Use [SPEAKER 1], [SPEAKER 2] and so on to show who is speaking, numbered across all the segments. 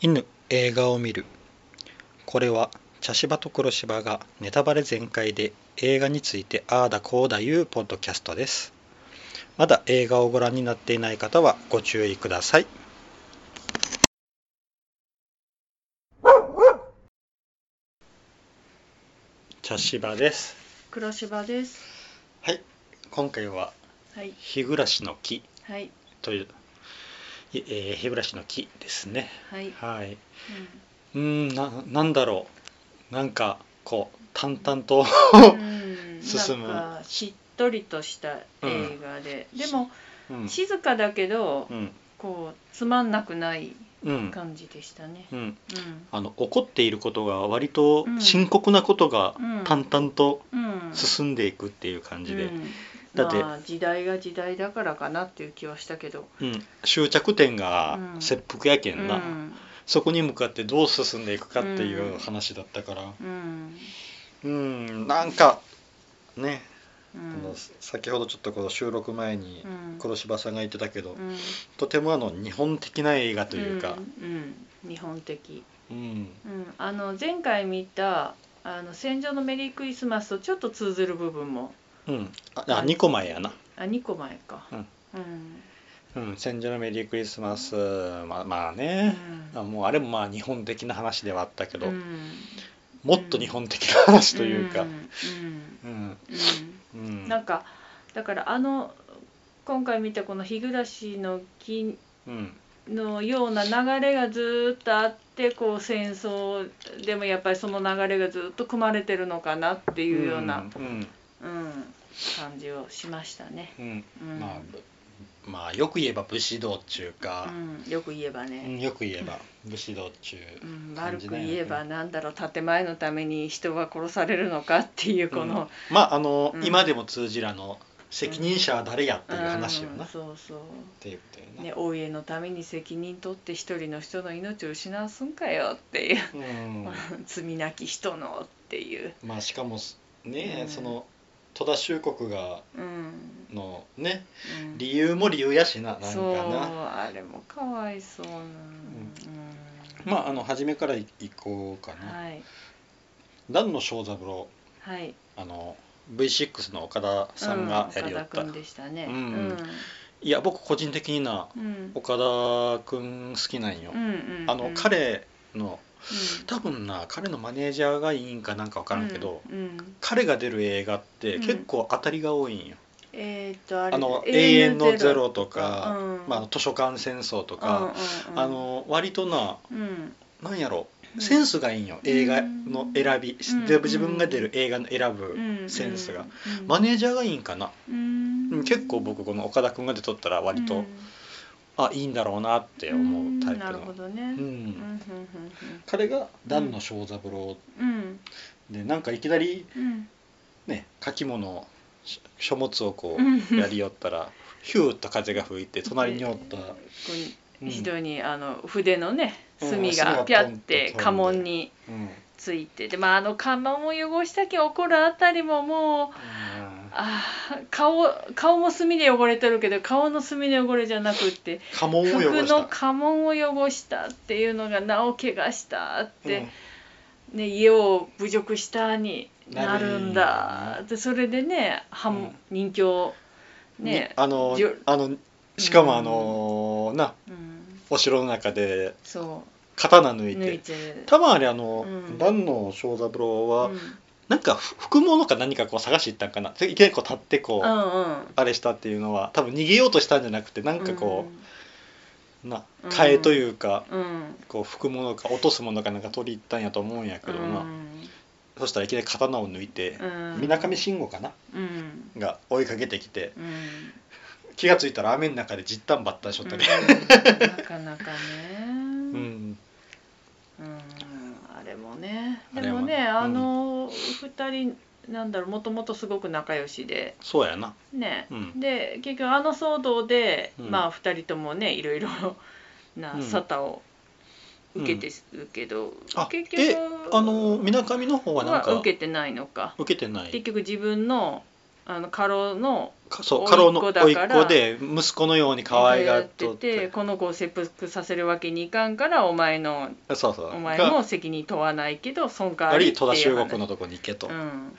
[SPEAKER 1] 犬映画を見るこれは茶芝と黒芝がネタバレ全開で映画についてああだこうだいうポッドキャストですまだ映画をご覧になっていない方はご注意ください茶芝です
[SPEAKER 2] 黒芝です。
[SPEAKER 1] はい今回は
[SPEAKER 2] はい
[SPEAKER 1] 「日暮らしの木
[SPEAKER 2] はい」
[SPEAKER 1] という、いえー日暮らしの木ですね
[SPEAKER 2] はい。うん
[SPEAKER 1] はい、うんななんだろうなんかこう淡々と
[SPEAKER 2] うん
[SPEAKER 1] 進む
[SPEAKER 2] なんかしっとりとした映画で、でも
[SPEAKER 1] うん
[SPEAKER 2] 静かだけど、
[SPEAKER 1] うん
[SPEAKER 2] こうつまんなくない
[SPEAKER 1] うん
[SPEAKER 2] 感じでしたね。
[SPEAKER 1] うん
[SPEAKER 2] うん。
[SPEAKER 1] あの怒っていることが割と
[SPEAKER 2] うん
[SPEAKER 1] 深刻なことが
[SPEAKER 2] うん
[SPEAKER 1] 淡々と
[SPEAKER 2] うん。
[SPEAKER 1] 進んでいくっていう感じで、
[SPEAKER 2] うん
[SPEAKER 1] だって
[SPEAKER 2] まあ時代が時代だからかなっていう気はしたけど。
[SPEAKER 1] うん終着点が
[SPEAKER 2] うん
[SPEAKER 1] 切腹やけ
[SPEAKER 2] うん
[SPEAKER 1] な、
[SPEAKER 2] ん。
[SPEAKER 1] そこに向かってどう進んでいくかっていう
[SPEAKER 2] うん
[SPEAKER 1] 話だったから
[SPEAKER 2] うん。
[SPEAKER 1] うん、なんかね、
[SPEAKER 2] う
[SPEAKER 1] あ
[SPEAKER 2] ん
[SPEAKER 1] の先ほどちょっとこの収録前に
[SPEAKER 2] うん
[SPEAKER 1] 黒柴さんが言ってたけど、
[SPEAKER 2] うん
[SPEAKER 1] とてもあの日本的な映画というか、
[SPEAKER 2] うんうん日本的。
[SPEAKER 1] うん
[SPEAKER 2] うん、あの前回見た「あの戦場のメリークリスマス」とちょっと通ずる部分も
[SPEAKER 1] うん、ああ2個前やな、
[SPEAKER 2] あ2個前か
[SPEAKER 1] うん
[SPEAKER 2] うん
[SPEAKER 1] うん「戦場のメリークリスマス」まあまあ
[SPEAKER 2] う
[SPEAKER 1] ね、
[SPEAKER 2] ん
[SPEAKER 1] あもうあれもまあ日本的な話ではあったけど、
[SPEAKER 2] うん
[SPEAKER 1] もっと日本的な話というか、
[SPEAKER 2] うん
[SPEAKER 1] うん
[SPEAKER 2] うん
[SPEAKER 1] う
[SPEAKER 2] うんんなんかだからあの今回見たこの「日暮らしの木」
[SPEAKER 1] うん
[SPEAKER 2] のような流れがずーっとあってこう戦争でもやっぱりその流れがずーっと組まれてるのかなっていうような、
[SPEAKER 1] うん
[SPEAKER 2] うん、感じをしましたね。
[SPEAKER 1] うん
[SPEAKER 2] うん
[SPEAKER 1] まあぶまあよく言えば武士道っちゅうか
[SPEAKER 2] う、ん、よく言えば
[SPEAKER 1] う
[SPEAKER 2] ね、
[SPEAKER 1] んよく言えば武士道っちゅ
[SPEAKER 2] う、
[SPEAKER 1] うん感
[SPEAKER 2] 悪
[SPEAKER 1] じ
[SPEAKER 2] く
[SPEAKER 1] だよね
[SPEAKER 2] 言えばなんだろう建前のために人が殺されるのかっていうこの、
[SPEAKER 1] まああの、
[SPEAKER 2] うん
[SPEAKER 1] 今でも通じるあの責任者は誰やっていう話よな、
[SPEAKER 2] うん
[SPEAKER 1] っ
[SPEAKER 2] そうそう
[SPEAKER 1] ていうことよな、
[SPEAKER 2] ねお家のために責任取って一人の人の命を失わすんかよっていう、
[SPEAKER 1] う
[SPEAKER 2] 罪なき人のっていう、
[SPEAKER 1] んまあしかもね、
[SPEAKER 2] うん
[SPEAKER 1] その戸田州国が
[SPEAKER 2] うん
[SPEAKER 1] のね
[SPEAKER 2] うん、
[SPEAKER 1] 理由も理由やしななんか
[SPEAKER 2] そう
[SPEAKER 1] な
[SPEAKER 2] あれもかわいそうな、うん
[SPEAKER 1] まああの初めからいいこうかな、
[SPEAKER 2] はい
[SPEAKER 1] 段野正三郎
[SPEAKER 2] はい
[SPEAKER 1] あの V6 の岡田さんがやりよった、
[SPEAKER 2] うん、岡田君でしたね
[SPEAKER 1] うんいや僕個人的にな
[SPEAKER 2] うんうん
[SPEAKER 1] 岡田君好きなんよ、
[SPEAKER 2] うんうんうん
[SPEAKER 1] あの彼の
[SPEAKER 2] うん
[SPEAKER 1] 多分な彼のマネージャーがいいんかなんか分からんけど、
[SPEAKER 2] うんうん
[SPEAKER 1] 彼が出る映画って結構当たりが多いんよ、
[SPEAKER 2] えーっとあれ
[SPEAKER 1] あの「永遠のゼロ」と
[SPEAKER 2] とか、
[SPEAKER 1] か、
[SPEAKER 2] うん
[SPEAKER 1] まあ、図書館戦争とか、、
[SPEAKER 2] うんうんうん
[SPEAKER 1] あ、の割とな
[SPEAKER 2] うん
[SPEAKER 1] なんやろ
[SPEAKER 2] うん
[SPEAKER 1] センスがいいんよ、映画の選び、
[SPEAKER 2] うん
[SPEAKER 1] で自分が出る映画の選ぶ、
[SPEAKER 2] うん
[SPEAKER 1] センスが、
[SPEAKER 2] うん
[SPEAKER 1] マネージャーがいいんかな、
[SPEAKER 2] うん
[SPEAKER 1] うん結構僕この岡田君が出とったら割と、
[SPEAKER 2] うん
[SPEAKER 1] あいいんだろうなって思うタイプ
[SPEAKER 2] なるほ
[SPEAKER 1] の、
[SPEAKER 2] どね、
[SPEAKER 1] う
[SPEAKER 2] うんん
[SPEAKER 1] 彼が段野正三郎
[SPEAKER 2] うんうん
[SPEAKER 1] でなんかいきなり
[SPEAKER 2] うん
[SPEAKER 1] ね書き物し書物をこ
[SPEAKER 2] う
[SPEAKER 1] うんやりよったらヒューッと風が吹いて隣におった、
[SPEAKER 2] ここ
[SPEAKER 1] う
[SPEAKER 2] に
[SPEAKER 1] ん
[SPEAKER 2] 非常にあの筆のね
[SPEAKER 1] うん
[SPEAKER 2] 墨
[SPEAKER 1] 墨が
[SPEAKER 2] がピャって
[SPEAKER 1] ポンと飛んで
[SPEAKER 2] 家紋に
[SPEAKER 1] うん
[SPEAKER 2] ついてでまああの家紋を汚したき怒るあたりももう
[SPEAKER 1] あ
[SPEAKER 2] あー顔顔も墨で汚れてるけど顔の墨の汚れじゃなくって
[SPEAKER 1] ー家紋を
[SPEAKER 2] 服
[SPEAKER 1] 汚し
[SPEAKER 2] の
[SPEAKER 1] た。
[SPEAKER 2] 家紋を汚したっていうのがなお怪我したって、
[SPEAKER 1] う
[SPEAKER 2] ね、家を侮辱したになるん
[SPEAKER 1] な
[SPEAKER 2] だ
[SPEAKER 1] る
[SPEAKER 2] でそれでね反、
[SPEAKER 1] うん
[SPEAKER 2] 人形
[SPEAKER 1] ん
[SPEAKER 2] ね
[SPEAKER 1] に、あの
[SPEAKER 2] じゅ
[SPEAKER 1] あのしかもあのーな
[SPEAKER 2] うん、
[SPEAKER 1] お城の中で
[SPEAKER 2] そ
[SPEAKER 1] 刀抜
[SPEAKER 2] う
[SPEAKER 1] い
[SPEAKER 2] 抜い
[SPEAKER 1] て
[SPEAKER 2] て
[SPEAKER 1] 多分あれあの
[SPEAKER 2] うん
[SPEAKER 1] 蘭の正三郎は、
[SPEAKER 2] うん、
[SPEAKER 1] なんかふ服物か何かこう探していったんかなでいきなりこう立ってこう、
[SPEAKER 2] うんうん
[SPEAKER 1] あれしたっていうのは多分逃げようとしたんじゃなくてなんかこう、な替えというか、
[SPEAKER 2] うん、うん
[SPEAKER 1] こう服物か落とすものかなんか取り入ったんやと思うんやけどな、そしたらいきなり刀を抜いて
[SPEAKER 2] うん
[SPEAKER 1] みなかみ慎吾かな
[SPEAKER 2] うん
[SPEAKER 1] が追いかけてきて
[SPEAKER 2] うん
[SPEAKER 1] 気がついたら雨の中でじったんばったんしょったり、
[SPEAKER 2] うんなかなかね、
[SPEAKER 1] うん
[SPEAKER 2] うんあれもね
[SPEAKER 1] あ
[SPEAKER 2] で
[SPEAKER 1] れも
[SPEAKER 2] も
[SPEAKER 1] ね
[SPEAKER 2] ね
[SPEAKER 1] うん
[SPEAKER 2] あの二人なんだろうもともとすごく仲良しで
[SPEAKER 1] そうやな、
[SPEAKER 2] ね、
[SPEAKER 1] うん
[SPEAKER 2] で結局あの騒動で、
[SPEAKER 1] うん
[SPEAKER 2] まあ二人ともねいろいろな
[SPEAKER 1] うん
[SPEAKER 2] 沙汰を受けてるけど、
[SPEAKER 1] あ
[SPEAKER 2] 結
[SPEAKER 1] え
[SPEAKER 2] 局
[SPEAKER 1] あのみなかみの方はなんか
[SPEAKER 2] は受
[SPEAKER 1] 受
[SPEAKER 2] けてないのか
[SPEAKER 1] けてない
[SPEAKER 2] 結局自分のあの過労の
[SPEAKER 1] かそう
[SPEAKER 2] 甥っ子
[SPEAKER 1] 家老の
[SPEAKER 2] だから
[SPEAKER 1] 甥っ子で息子のように可愛がっ
[SPEAKER 2] って
[SPEAKER 1] とって
[SPEAKER 2] てこの子を切腹させるわけにいかんからお前の
[SPEAKER 1] そうそう
[SPEAKER 2] お前
[SPEAKER 1] が
[SPEAKER 2] も責任問わないけど損害
[SPEAKER 1] あり
[SPEAKER 2] って
[SPEAKER 1] 戸田
[SPEAKER 2] い
[SPEAKER 1] 中
[SPEAKER 2] う話
[SPEAKER 1] 国のとこに行けと、
[SPEAKER 2] うん、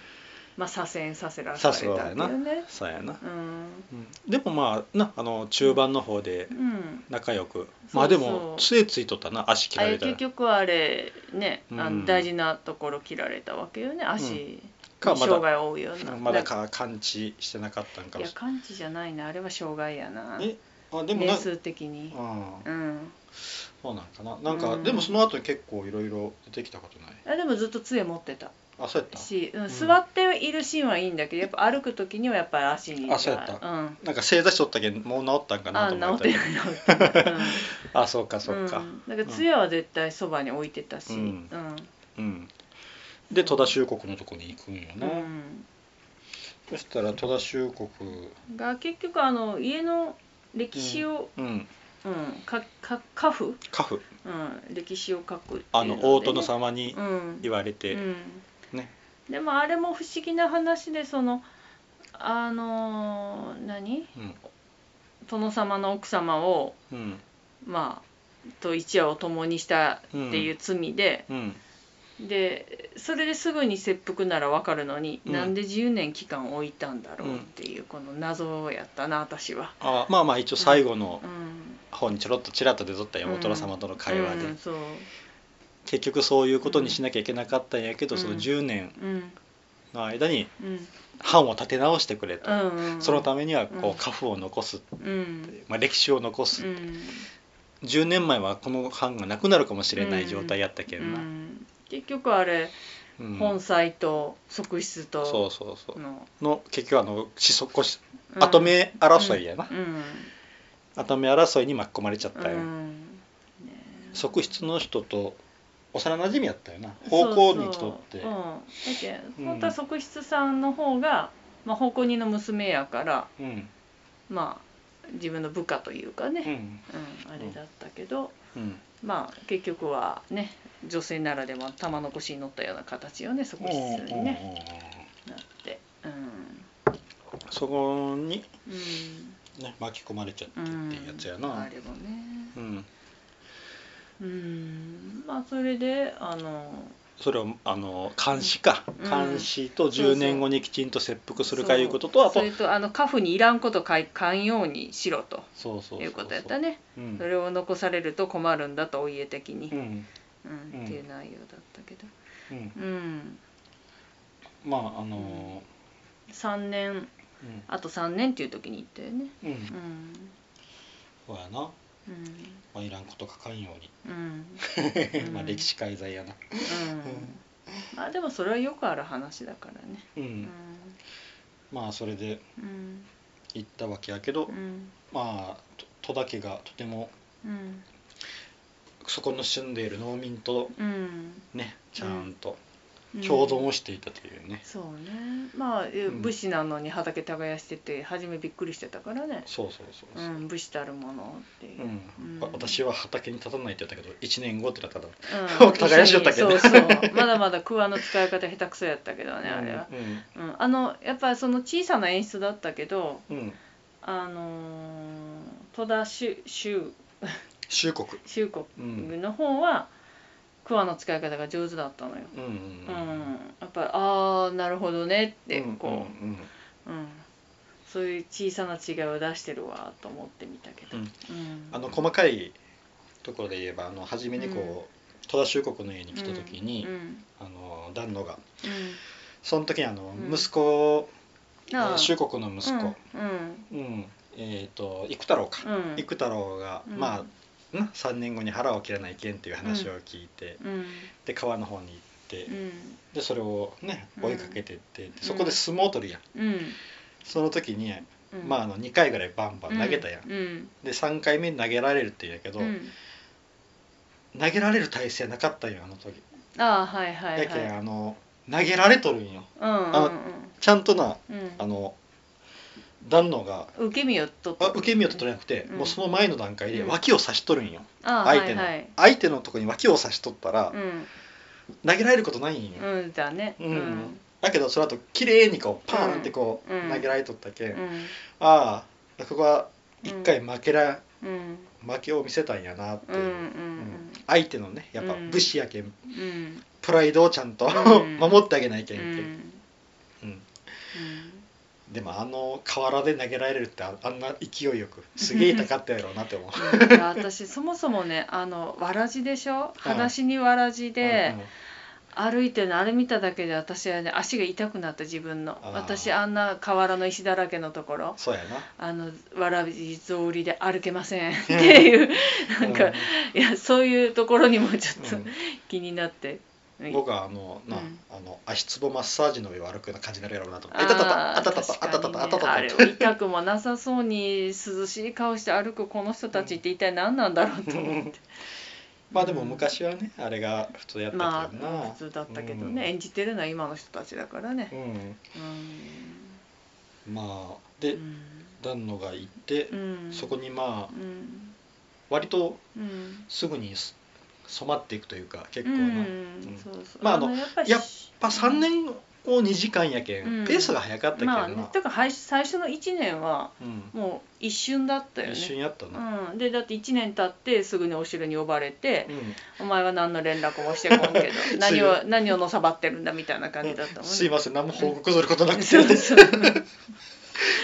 [SPEAKER 2] まあ左遷させられたわけだよね
[SPEAKER 1] そうやな、
[SPEAKER 2] うん
[SPEAKER 1] うんでもまあなあの中盤の方で
[SPEAKER 2] うん
[SPEAKER 1] 仲良く、
[SPEAKER 2] そう
[SPEAKER 1] まあでも
[SPEAKER 2] そ
[SPEAKER 1] 杖ついとったな足切
[SPEAKER 2] あ
[SPEAKER 1] ら
[SPEAKER 2] れ
[SPEAKER 1] れたら
[SPEAKER 2] 結局あれね、あ
[SPEAKER 1] うん
[SPEAKER 2] の大事なところ切られたわけよね足、
[SPEAKER 1] かま
[SPEAKER 2] 障
[SPEAKER 1] だ
[SPEAKER 2] 害を負うような
[SPEAKER 1] まだか完治してなかったんかも
[SPEAKER 2] いや
[SPEAKER 1] し
[SPEAKER 2] 完治じゃないなあれは障害やな
[SPEAKER 1] れないえあでもな
[SPEAKER 2] 年
[SPEAKER 1] んか
[SPEAKER 2] 数的に
[SPEAKER 1] うん
[SPEAKER 2] うん
[SPEAKER 1] そうなんかななんか、
[SPEAKER 2] うん
[SPEAKER 1] でもその後に結構いろいろ出てきたことない
[SPEAKER 2] あでもずっと杖持ってた
[SPEAKER 1] あそうやった
[SPEAKER 2] し、うん
[SPEAKER 1] ん
[SPEAKER 2] 座っているシーンはいいんだけどやっぱ歩く時にはやっぱり足に
[SPEAKER 1] あそうやった
[SPEAKER 2] うん
[SPEAKER 1] なんか正座しとったけんもう治ったんかな
[SPEAKER 2] あ
[SPEAKER 1] と
[SPEAKER 2] 治
[SPEAKER 1] 思っ
[SPEAKER 2] った
[SPEAKER 1] け
[SPEAKER 2] て
[SPEAKER 1] ど
[SPEAKER 2] ない治ってない、うん
[SPEAKER 1] あそうか そうか
[SPEAKER 2] ん、だから杖は絶対そばに置いてた
[SPEAKER 1] う
[SPEAKER 2] し、うんん
[SPEAKER 1] うん、で戸田修国のとこに行くんよ
[SPEAKER 2] う
[SPEAKER 1] な、
[SPEAKER 2] ん
[SPEAKER 1] そしたら戸田修国
[SPEAKER 2] が結局あの家の歴史を、
[SPEAKER 1] うん
[SPEAKER 2] うんかか家父、
[SPEAKER 1] カフ
[SPEAKER 2] うん、歴史を書くっていうで
[SPEAKER 1] あの大殿様に
[SPEAKER 2] うん
[SPEAKER 1] 言われて、
[SPEAKER 2] うん
[SPEAKER 1] ね
[SPEAKER 2] でもあれも不思議な話でそのあのー何
[SPEAKER 1] うん
[SPEAKER 2] 殿様の奥様を
[SPEAKER 1] うん
[SPEAKER 2] まあと一夜を共にしたっていう罪で、
[SPEAKER 1] うん
[SPEAKER 2] でそれですぐに切腹ならわかるのに、
[SPEAKER 1] うん
[SPEAKER 2] なんで10年期間置いたんだろうっていうこの謎やったな私は。
[SPEAKER 1] あまあまあ一応最後の
[SPEAKER 2] うん
[SPEAKER 1] 方にちょろっとちらっと出とったよ、大殿様との会話で、
[SPEAKER 2] うん、そう、
[SPEAKER 1] 結局そういうことにしなきゃいけなかったんやけど、
[SPEAKER 2] うん
[SPEAKER 1] その10年
[SPEAKER 2] うん
[SPEAKER 1] の間に
[SPEAKER 2] うん
[SPEAKER 1] 藩を立て直してくれと、
[SPEAKER 2] うん、
[SPEAKER 1] そのためにはこ
[SPEAKER 2] うん
[SPEAKER 1] う家父を残すって
[SPEAKER 2] め、うん
[SPEAKER 1] まあ、歴史を残す、
[SPEAKER 2] うん、
[SPEAKER 1] 10年前はこの藩がなくなるかもしれない状態やったけんな、
[SPEAKER 2] うん結局あれ、
[SPEAKER 1] うん
[SPEAKER 2] 本妻と側室と
[SPEAKER 1] そうそうそう、
[SPEAKER 2] の
[SPEAKER 1] の結局あの子息子し
[SPEAKER 2] うん
[SPEAKER 1] 跡目争いやな、
[SPEAKER 2] うん
[SPEAKER 1] 跡目争いに巻き込まれちゃっ
[SPEAKER 2] うん
[SPEAKER 1] たよ、
[SPEAKER 2] ね
[SPEAKER 1] 側室の人と幼馴染やったよな奉公に来とって
[SPEAKER 2] そうそううん、だけど
[SPEAKER 1] うん
[SPEAKER 2] 本当は側室さんの方が、まあ、奉公人の娘やから
[SPEAKER 1] うん
[SPEAKER 2] まあ自分の部下というか
[SPEAKER 1] う
[SPEAKER 2] ね、
[SPEAKER 1] ん
[SPEAKER 2] うんあれだったけど、
[SPEAKER 1] うん
[SPEAKER 2] まあ結局はね女性ならでは玉の腰に乗ったような形よね側室
[SPEAKER 1] うん
[SPEAKER 2] にね、なってう
[SPEAKER 1] そこに、
[SPEAKER 2] ん
[SPEAKER 1] ね、巻き込まれちゃった
[SPEAKER 2] う
[SPEAKER 1] っ
[SPEAKER 2] ん
[SPEAKER 1] ていうやつや
[SPEAKER 2] うん
[SPEAKER 1] な
[SPEAKER 2] あれもね
[SPEAKER 1] うん
[SPEAKER 2] うんまあそれであの
[SPEAKER 1] それをあの監視か、
[SPEAKER 2] うん
[SPEAKER 1] 監視と
[SPEAKER 2] そうそう
[SPEAKER 1] 10年後にきちんと切腹するかいうこととあ
[SPEAKER 2] そ
[SPEAKER 1] と
[SPEAKER 2] れとあのカフにいらんこと書いかんようにしろと
[SPEAKER 1] そうそうそう
[SPEAKER 2] いうことやったね
[SPEAKER 1] うん
[SPEAKER 2] それを残されると困るんだとお家的に、
[SPEAKER 1] う
[SPEAKER 2] うん
[SPEAKER 1] んうん
[SPEAKER 2] っていう内容だったけど、
[SPEAKER 1] うん
[SPEAKER 2] うん、
[SPEAKER 1] まああの
[SPEAKER 2] 3年
[SPEAKER 1] ー
[SPEAKER 2] あと3年っていう時に言ったよね
[SPEAKER 1] うん、うん
[SPEAKER 2] うん
[SPEAKER 1] そうやな、ま
[SPEAKER 2] う
[SPEAKER 1] あ、いらんこと書かんように
[SPEAKER 2] ん うんうん
[SPEAKER 1] まあ歴史介在やな
[SPEAKER 2] うんまあでもそれはよくある話だからね
[SPEAKER 1] うん、
[SPEAKER 2] うん
[SPEAKER 1] まあそれで
[SPEAKER 2] うん
[SPEAKER 1] 行ったわけやけど、
[SPEAKER 2] うん
[SPEAKER 1] まあと戸田家がとても
[SPEAKER 2] うん
[SPEAKER 1] そこの住んでいる農民と
[SPEAKER 2] うん
[SPEAKER 1] ねちゃんと
[SPEAKER 2] うん
[SPEAKER 1] 共存をしていたというね、
[SPEAKER 2] そうねまあえ
[SPEAKER 1] うん
[SPEAKER 2] 武士なのに畑耕してて初めびっくりしてたからね、
[SPEAKER 1] そうそうそう
[SPEAKER 2] う
[SPEAKER 1] そう、
[SPEAKER 2] ん、武士たるものっていうう、
[SPEAKER 1] ん
[SPEAKER 2] うん
[SPEAKER 1] わ私は畑に立たないって言ったけど1年後ってなったら
[SPEAKER 2] う
[SPEAKER 1] 耕しよったけど
[SPEAKER 2] そうそうまだまだ桑の使い方下手くそやったけどねあれは、
[SPEAKER 1] うん
[SPEAKER 2] うん、あのやっぱりその小さな演出だったけど
[SPEAKER 1] うん
[SPEAKER 2] あのー戸田修修
[SPEAKER 1] 収穫
[SPEAKER 2] 修
[SPEAKER 1] うん
[SPEAKER 2] 国の方は桑の使い方が上手だったのよ、
[SPEAKER 1] うんうん
[SPEAKER 2] う
[SPEAKER 1] うんん
[SPEAKER 2] やっぱりああなるほどねってこ
[SPEAKER 1] う
[SPEAKER 2] う、
[SPEAKER 1] ん
[SPEAKER 2] うん、そういう小さな違いを出してるわと思ってみたけど、
[SPEAKER 1] うん
[SPEAKER 2] うん
[SPEAKER 1] あの細かいところで言えばあの初めにこう、戸田修国の家に来た時に、
[SPEAKER 2] うん
[SPEAKER 1] あの旦那が
[SPEAKER 2] う
[SPEAKER 1] その時にあの
[SPEAKER 2] うん
[SPEAKER 1] 息子、
[SPEAKER 2] ん、ああ
[SPEAKER 1] 修国の息子、
[SPEAKER 2] うん
[SPEAKER 1] うんえっ、と幾太郎か、
[SPEAKER 2] うんうん
[SPEAKER 1] 幾太郎が、
[SPEAKER 2] うん
[SPEAKER 1] まあな3年後に腹を切らないけんっていう話を聞いて、
[SPEAKER 2] うん
[SPEAKER 1] で川の方に行って、
[SPEAKER 2] うん
[SPEAKER 1] でそれをね
[SPEAKER 2] うん
[SPEAKER 1] 追いかけてって、でそこで相撲取りやん
[SPEAKER 2] うん
[SPEAKER 1] その時に、
[SPEAKER 2] うん
[SPEAKER 1] まあ、あの2回ぐらいバンバン投げたやん、
[SPEAKER 2] うん
[SPEAKER 1] で3回目に投げられるって言うんやけど、
[SPEAKER 2] うん
[SPEAKER 1] 投げられる体勢なかったんよあの時、
[SPEAKER 2] ああはいはい
[SPEAKER 1] やけん
[SPEAKER 2] はい
[SPEAKER 1] あの投げられとるんよ
[SPEAKER 2] うん
[SPEAKER 1] あちゃんとな
[SPEAKER 2] うんうん
[SPEAKER 1] あの旦那が
[SPEAKER 2] うん受け身を取っ
[SPEAKER 1] あ
[SPEAKER 2] た
[SPEAKER 1] 受け身を取ってなくて、
[SPEAKER 2] うん
[SPEAKER 1] もうその前の段階で
[SPEAKER 2] うん
[SPEAKER 1] 脇を差しとるんよ、
[SPEAKER 2] ああ
[SPEAKER 1] 相手の、
[SPEAKER 2] はいはい
[SPEAKER 1] 相手のとこに脇を差しとったら、
[SPEAKER 2] うん
[SPEAKER 1] 投げられることないんよ、
[SPEAKER 2] うんだね
[SPEAKER 1] うんだけどその後綺麗にこうパーンってこう
[SPEAKER 2] うん
[SPEAKER 1] 投げられとったけ、ん、
[SPEAKER 2] うん
[SPEAKER 1] ああここは一回負けら、
[SPEAKER 2] うん
[SPEAKER 1] 負けを見せたんやなって
[SPEAKER 2] うんう
[SPEAKER 1] いう、
[SPEAKER 2] ん
[SPEAKER 1] 相手のねやっぱ
[SPEAKER 2] うん
[SPEAKER 1] 武士やけん、
[SPEAKER 2] うん
[SPEAKER 1] プライドをちゃんと
[SPEAKER 2] うん
[SPEAKER 1] 守ってあげないけん
[SPEAKER 2] う
[SPEAKER 1] け、ん
[SPEAKER 2] ん
[SPEAKER 1] うんでもあの河原で投げられるってああんな勢いよくすげえ痛かったやろうなって思う
[SPEAKER 2] いや私そもそもねあのわらじでしょ裸足にわらじで
[SPEAKER 1] うんうん
[SPEAKER 2] 歩いてるのあれ見ただけで私はね足が痛くなった自分の
[SPEAKER 1] あー
[SPEAKER 2] 私あんな河原の石だらけのところ
[SPEAKER 1] そうやな
[SPEAKER 2] あのわらじ草履で歩けませんっていうなんか、いやそういうところにもちょっ
[SPEAKER 1] う
[SPEAKER 2] と
[SPEAKER 1] ん
[SPEAKER 2] 気になって。うん
[SPEAKER 1] 僕はあのな、
[SPEAKER 2] うん
[SPEAKER 1] あの足つぼマッサージの上を歩くような感じになるやろうなと思って「あたたた
[SPEAKER 2] あ
[SPEAKER 1] あた
[SPEAKER 2] ー
[SPEAKER 1] たたあたた
[SPEAKER 2] 確
[SPEAKER 1] たあた
[SPEAKER 2] か
[SPEAKER 1] た
[SPEAKER 2] にね
[SPEAKER 1] た」
[SPEAKER 2] あれを痛くもなさそうに涼しい顔して歩くこの人たちって一体何なんだろうと思って
[SPEAKER 1] まあでも昔はねあれが普通やったけどな
[SPEAKER 2] ま、あ普通だったけどね、演じてるのは今の人たちだからね
[SPEAKER 1] う。ん、
[SPEAKER 2] う
[SPEAKER 1] うんまあで
[SPEAKER 2] ん
[SPEAKER 1] 暖野が行って、
[SPEAKER 2] うん
[SPEAKER 1] そこにまあ
[SPEAKER 2] うん
[SPEAKER 1] 割と
[SPEAKER 2] うん
[SPEAKER 1] すぐにす染まっていくというか結
[SPEAKER 2] う
[SPEAKER 1] 構な、やっ
[SPEAKER 2] んそうそう
[SPEAKER 1] まああの
[SPEAKER 2] やっぱり
[SPEAKER 1] やっぱ3年を2時間やけん、
[SPEAKER 2] うん
[SPEAKER 1] ペースが早かったけどな、
[SPEAKER 2] まあね、だからはい最初の1年は
[SPEAKER 1] うん、
[SPEAKER 2] もう一瞬だったよね
[SPEAKER 1] 一瞬やったな、
[SPEAKER 2] うん、でだって1年経ってすぐにお城に呼ばれて
[SPEAKER 1] うん
[SPEAKER 2] 「お前は何の連絡もしてこんけど何を何をのさばってるんだ」みたいな感じだったもんね。
[SPEAKER 1] すいません何も報告することなくて、
[SPEAKER 2] そうそう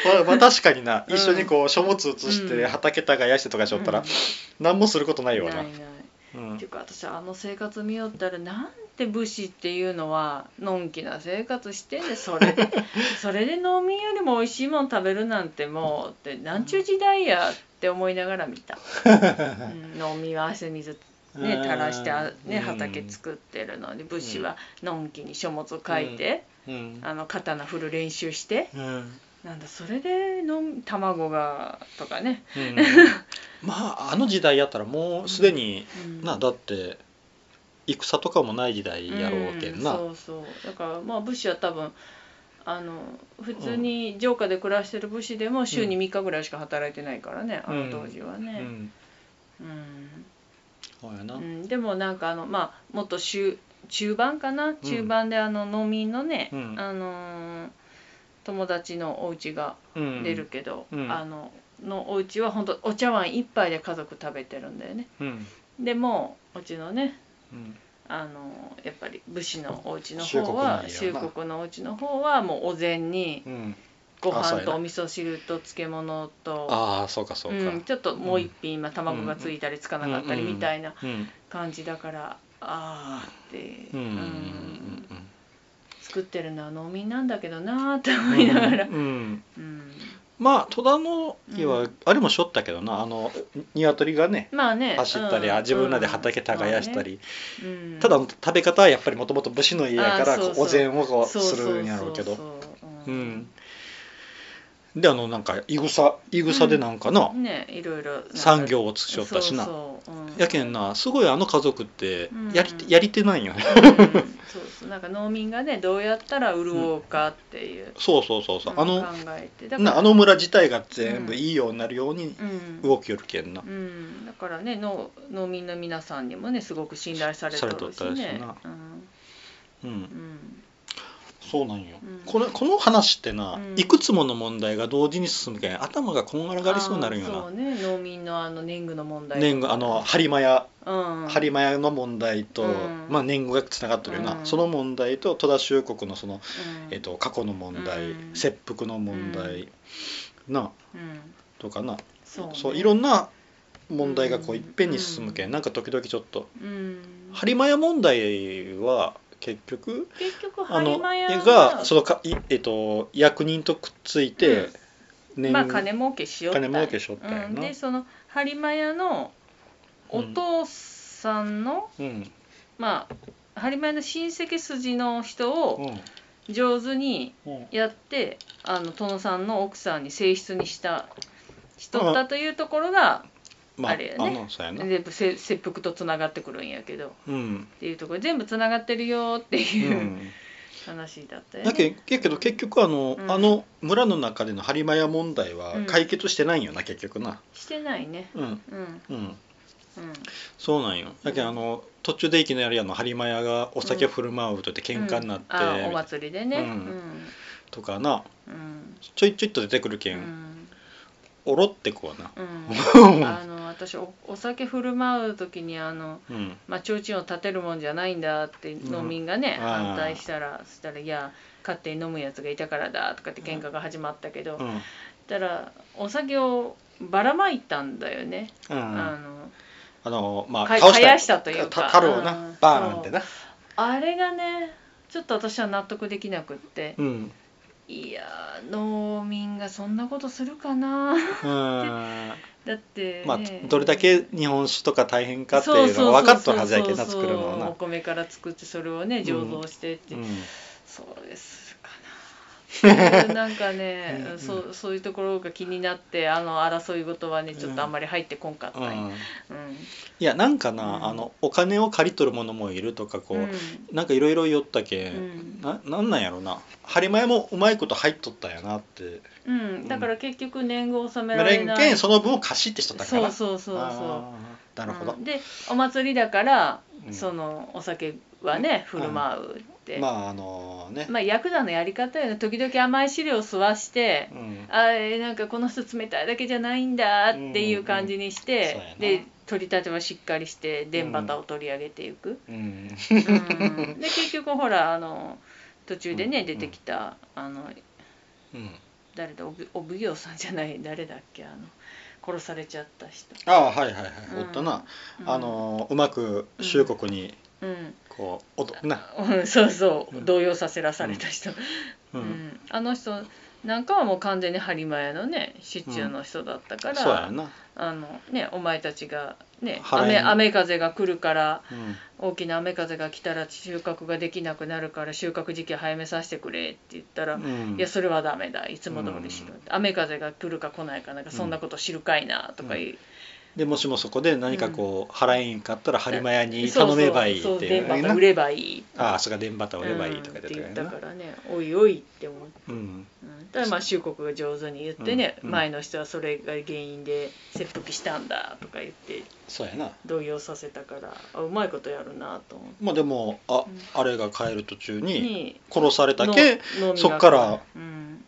[SPEAKER 1] まあまあ確かにな、
[SPEAKER 2] うん
[SPEAKER 1] 一緒にこう書物移して
[SPEAKER 2] うん
[SPEAKER 1] 畑耕してとかしょったら、何もすることない
[SPEAKER 2] うん
[SPEAKER 1] よ
[SPEAKER 2] な
[SPEAKER 1] ない
[SPEAKER 2] ない。
[SPEAKER 1] うん
[SPEAKER 2] っていうか私あの生活見よったらなんて武士っていうのはのんきな生活してんでそれそれで農民よりも美味しいもん食べるなんてもうってなんちゅう時代やって思いながら見た、うん、農民は汗水ね垂らしてあ、ね、畑作ってるのに武士はのんきに書物書いて、
[SPEAKER 1] うん
[SPEAKER 2] あの刀振る練習して
[SPEAKER 1] うんうん
[SPEAKER 2] なんだそれでのん卵がとかね、
[SPEAKER 1] う んまああの時代やったらもうすでに、
[SPEAKER 2] うん
[SPEAKER 1] なだって戦とかもない時代やろうけんな、
[SPEAKER 2] うんそうそうだからまあ武士は多分あの普通に城下で暮らしてる武士でも週に3日ぐらいしか働いてないからね、あの当時は
[SPEAKER 1] う
[SPEAKER 2] ね、
[SPEAKER 1] ん
[SPEAKER 2] うん
[SPEAKER 1] そうやな、
[SPEAKER 2] う
[SPEAKER 1] うん
[SPEAKER 2] んでもなんかあのまあもっと中中盤かな中盤であの農民のね、
[SPEAKER 1] うん
[SPEAKER 2] あのー友達のお家が出るけど、
[SPEAKER 1] うん
[SPEAKER 2] あののお家は本当お茶碗一杯で家族食べてるんだよね
[SPEAKER 1] うん
[SPEAKER 2] でもうちのね
[SPEAKER 1] うん
[SPEAKER 2] あのやっぱり武士のお家の
[SPEAKER 1] 周国
[SPEAKER 2] 方
[SPEAKER 1] なんや
[SPEAKER 2] は
[SPEAKER 1] な
[SPEAKER 2] 中国のお家の方はもうお膳に
[SPEAKER 1] うん
[SPEAKER 2] ご
[SPEAKER 1] あそう
[SPEAKER 2] 飯
[SPEAKER 1] やな
[SPEAKER 2] とお味噌汁と漬物と、
[SPEAKER 1] ああそうかそううか、
[SPEAKER 2] ん、ちょっともう一品、まあ、卵がついたりつかなかったり
[SPEAKER 1] うんうん
[SPEAKER 2] みたいな
[SPEAKER 1] うん
[SPEAKER 2] 感じだから、ああって、
[SPEAKER 1] うんうんうん
[SPEAKER 2] うん
[SPEAKER 1] うん
[SPEAKER 2] 作ってるのは農民なんだけどなーって思いながら
[SPEAKER 1] う。ん
[SPEAKER 2] うん
[SPEAKER 1] まあ戸田の家は、
[SPEAKER 2] うん
[SPEAKER 1] あれもしょったけどなあの鶏がね
[SPEAKER 2] まあね、
[SPEAKER 1] 走ったり、
[SPEAKER 2] うん
[SPEAKER 1] 自分らで畑耕した、り、
[SPEAKER 2] うんまあねうん
[SPEAKER 1] ただ食べ方はやっぱりもともと武士の家やから
[SPEAKER 2] あ
[SPEAKER 1] こ
[SPEAKER 2] ーそううそう
[SPEAKER 1] お膳をこう
[SPEAKER 2] そうそ
[SPEAKER 1] す
[SPEAKER 2] うそうそう
[SPEAKER 1] るんやろうけど
[SPEAKER 2] う
[SPEAKER 1] うんであのなんかいぐさいぐさでなんかな、
[SPEAKER 2] ねいろいろなんか
[SPEAKER 1] 産業をつしょったしな
[SPEAKER 2] そうそううん
[SPEAKER 1] やけんなすごいあの家族って
[SPEAKER 2] うん
[SPEAKER 1] やりて、やりてないよね
[SPEAKER 2] うんそうそうなんか農民がねどうやったら潤うかっていう、
[SPEAKER 1] そうそうそうそうあ
[SPEAKER 2] うん
[SPEAKER 1] の
[SPEAKER 2] 考えてだから
[SPEAKER 1] なあの村自体が全部いいようになるように
[SPEAKER 2] うん
[SPEAKER 1] 動きよるけんな
[SPEAKER 2] うん、だからね農農民の皆さんにもねすごく信頼されて
[SPEAKER 1] されと
[SPEAKER 2] る
[SPEAKER 1] っ
[SPEAKER 2] した
[SPEAKER 1] りして
[SPEAKER 2] ね
[SPEAKER 1] な
[SPEAKER 2] うん
[SPEAKER 1] うん、
[SPEAKER 2] うん
[SPEAKER 1] そうなんよ、
[SPEAKER 2] うん
[SPEAKER 1] このこの話ってな、
[SPEAKER 2] うん
[SPEAKER 1] いくつもの問題が同時に進むけん頭がこんがらがりそうになるんよ
[SPEAKER 2] あー
[SPEAKER 1] な
[SPEAKER 2] そうね農民のあの年貢の問題
[SPEAKER 1] 年貢あの播磨屋
[SPEAKER 2] うん
[SPEAKER 1] 播磨屋の問題と、
[SPEAKER 2] うん
[SPEAKER 1] まあ、年貢がつながってるよな、
[SPEAKER 2] うん
[SPEAKER 1] その問題と戸田周国のその、
[SPEAKER 2] うん
[SPEAKER 1] えっと過去の問題、
[SPEAKER 2] うん
[SPEAKER 1] 切腹の問題、な
[SPEAKER 2] うん
[SPEAKER 1] とかな
[SPEAKER 2] そう,、ね、
[SPEAKER 1] そういろんな問題がこういっぺんに進むけん、
[SPEAKER 2] うん
[SPEAKER 1] なんか時々ちょっと
[SPEAKER 2] うん
[SPEAKER 1] 播磨屋問題は結局
[SPEAKER 2] 結局
[SPEAKER 1] あの
[SPEAKER 2] 播磨屋
[SPEAKER 1] がそのかい、えっと役人とくっついて、年
[SPEAKER 2] まあ
[SPEAKER 1] 貢
[SPEAKER 2] 金儲けしよったんや
[SPEAKER 1] 金儲けしよったんやな
[SPEAKER 2] うん、でその播磨屋のお父さんの、
[SPEAKER 1] うん
[SPEAKER 2] まあ播磨屋の親戚筋の人
[SPEAKER 1] う
[SPEAKER 2] を
[SPEAKER 1] ん
[SPEAKER 2] 上手に
[SPEAKER 1] うん
[SPEAKER 2] やってあの殿さんの奥さんに正室にしたしとったというところが
[SPEAKER 1] まあ
[SPEAKER 2] あれやね
[SPEAKER 1] のそうやな
[SPEAKER 2] 全部せ切腹とつながってくるんやけど
[SPEAKER 1] うん、
[SPEAKER 2] っていうところ全部つながってるよって
[SPEAKER 1] う
[SPEAKER 2] いう、
[SPEAKER 1] ん、
[SPEAKER 2] 話だったよね。
[SPEAKER 1] だけやけど結局あの、
[SPEAKER 2] うん
[SPEAKER 1] あの村の中での播磨屋問題は
[SPEAKER 2] うん
[SPEAKER 1] 解決してないんよな、結局な
[SPEAKER 2] してないね。
[SPEAKER 1] うん
[SPEAKER 2] うん
[SPEAKER 1] うん
[SPEAKER 2] うん
[SPEAKER 1] そうなんよだけどあの途中でいきなりあの播磨屋がお酒振る舞うとって喧嘩になって、
[SPEAKER 2] うんあお祭りでね
[SPEAKER 1] う
[SPEAKER 2] うんん
[SPEAKER 1] とかな
[SPEAKER 2] うん
[SPEAKER 1] ちょいちょいっと出てくるけ、
[SPEAKER 2] うんん
[SPEAKER 1] おろってこうな、
[SPEAKER 2] うん、あの私おお酒振る舞う時にあの、
[SPEAKER 1] うん、
[SPEAKER 2] まあ、提灯を立てるもんじゃないんだって
[SPEAKER 1] うん
[SPEAKER 2] 農民がね、
[SPEAKER 1] あー
[SPEAKER 2] 反対したらそしたら「いや勝手に飲むやつがいたからだ」とかって喧嘩が始まったけど、
[SPEAKER 1] うんうん
[SPEAKER 2] たらお酒をばらまいたんだよね、あの
[SPEAKER 1] あのまあ
[SPEAKER 2] か
[SPEAKER 1] 倒した
[SPEAKER 2] 生やしたというか
[SPEAKER 1] た樽をな、
[SPEAKER 2] うん
[SPEAKER 1] バーンってな
[SPEAKER 2] あれがねちょっと私は納得できなくって、
[SPEAKER 1] うん
[SPEAKER 2] いやー農民がそんなことするかな
[SPEAKER 1] う ん
[SPEAKER 2] だってね、
[SPEAKER 1] まあどれだけ日本酒とか大変かっていうのが分かっとるはずやけどな
[SPEAKER 2] そうそう
[SPEAKER 1] 作
[SPEAKER 2] そう
[SPEAKER 1] るのは
[SPEAKER 2] お
[SPEAKER 1] な
[SPEAKER 2] 米から作ってそれをね醸造してって、
[SPEAKER 1] うん
[SPEAKER 2] そうですかなっていうなんかね
[SPEAKER 1] うんうん
[SPEAKER 2] そうそういうところが気になってあの争い事はねちょっとあんまり入ってこんかったんや
[SPEAKER 1] うん
[SPEAKER 2] うん
[SPEAKER 1] いやなんかな、
[SPEAKER 2] うん
[SPEAKER 1] あのお金を借り取る者もいるとかこう、
[SPEAKER 2] う
[SPEAKER 1] なんかいろいろ言ったけ、
[SPEAKER 2] うん
[SPEAKER 1] ななんなんやろな播磨屋もうまいこと入っとったんやなって
[SPEAKER 2] ん、うん、だから結局年貢を納め
[SPEAKER 1] メ
[SPEAKER 2] ら
[SPEAKER 1] レ
[SPEAKER 2] れ
[SPEAKER 1] ン
[SPEAKER 2] ない
[SPEAKER 1] ケンその分を貸しってしとったから
[SPEAKER 2] そうそうそうそう
[SPEAKER 1] あーなるほど、
[SPEAKER 2] うんでお祭りだから、
[SPEAKER 1] うん
[SPEAKER 2] そのお酒はね振る舞うって、
[SPEAKER 1] まああのね、
[SPEAKER 2] まあヤクザのやり方よね時々甘い汁を吸わして、
[SPEAKER 1] うん
[SPEAKER 2] あーなんかこの人冷たいだけじゃないんだっていう感じにし
[SPEAKER 1] う
[SPEAKER 2] て、
[SPEAKER 1] んうんそうやな
[SPEAKER 2] で取り立てはしっかりして電バタを取り上げていく、
[SPEAKER 1] うん、
[SPEAKER 2] うんで結局ほらあの途中で
[SPEAKER 1] う
[SPEAKER 2] ね
[SPEAKER 1] んう
[SPEAKER 2] 出
[SPEAKER 1] ん
[SPEAKER 2] てきたあの
[SPEAKER 1] うん、
[SPEAKER 2] 誰だおぶお奉行さんじゃない誰だっけあの殺されちゃった人、
[SPEAKER 1] ああはいはいはい、
[SPEAKER 2] うん
[SPEAKER 1] おったな、
[SPEAKER 2] うん
[SPEAKER 1] あのうまく周国に
[SPEAKER 2] うん
[SPEAKER 1] こうおとな、
[SPEAKER 2] うん、そうそう、
[SPEAKER 1] うん
[SPEAKER 2] 動揺させらされた人、
[SPEAKER 1] うん
[SPEAKER 2] うんあの人なんかはもう完全に播磨屋のね市中の人だったから、
[SPEAKER 1] そうやな、
[SPEAKER 2] あのねお前たちがね
[SPEAKER 1] 払いに
[SPEAKER 2] 雨雨風が来るから
[SPEAKER 1] うん、
[SPEAKER 2] 大きな雨風が来たら収穫ができなくなるから収穫時期早めさせてくれって言ったら、
[SPEAKER 1] うん
[SPEAKER 2] いやそれはダメだいつも通りしろ、
[SPEAKER 1] うん
[SPEAKER 2] 雨風が来るか来ないかなんかそんなこと知るかいなとか言う、
[SPEAKER 1] でもしもそこで何かこう、払えんかったら播磨屋に
[SPEAKER 2] そう
[SPEAKER 1] 頼めばいい
[SPEAKER 2] そう
[SPEAKER 1] っ
[SPEAKER 2] そ
[SPEAKER 1] ていう
[SPEAKER 2] う電
[SPEAKER 1] ね
[SPEAKER 2] 波が売ればいい
[SPEAKER 1] ああそれが電波タ売ればいいとか言
[SPEAKER 2] うんっ
[SPEAKER 1] ってて
[SPEAKER 2] 言
[SPEAKER 1] た
[SPEAKER 2] っ
[SPEAKER 1] か
[SPEAKER 2] た
[SPEAKER 1] らな
[SPEAKER 2] からねおいおいって思って。
[SPEAKER 1] うん
[SPEAKER 2] うんただまあ収穫が上手に言ってね、
[SPEAKER 1] うん
[SPEAKER 2] 前の人はそれが原因で切腹したんだとか言って
[SPEAKER 1] そうやな
[SPEAKER 2] 動揺させたからあうまいことやるなと思って。
[SPEAKER 1] まあでもあ
[SPEAKER 2] うん
[SPEAKER 1] あれが帰る途中に
[SPEAKER 2] に
[SPEAKER 1] 殺されたけ、
[SPEAKER 2] の
[SPEAKER 1] そっから、
[SPEAKER 2] 農民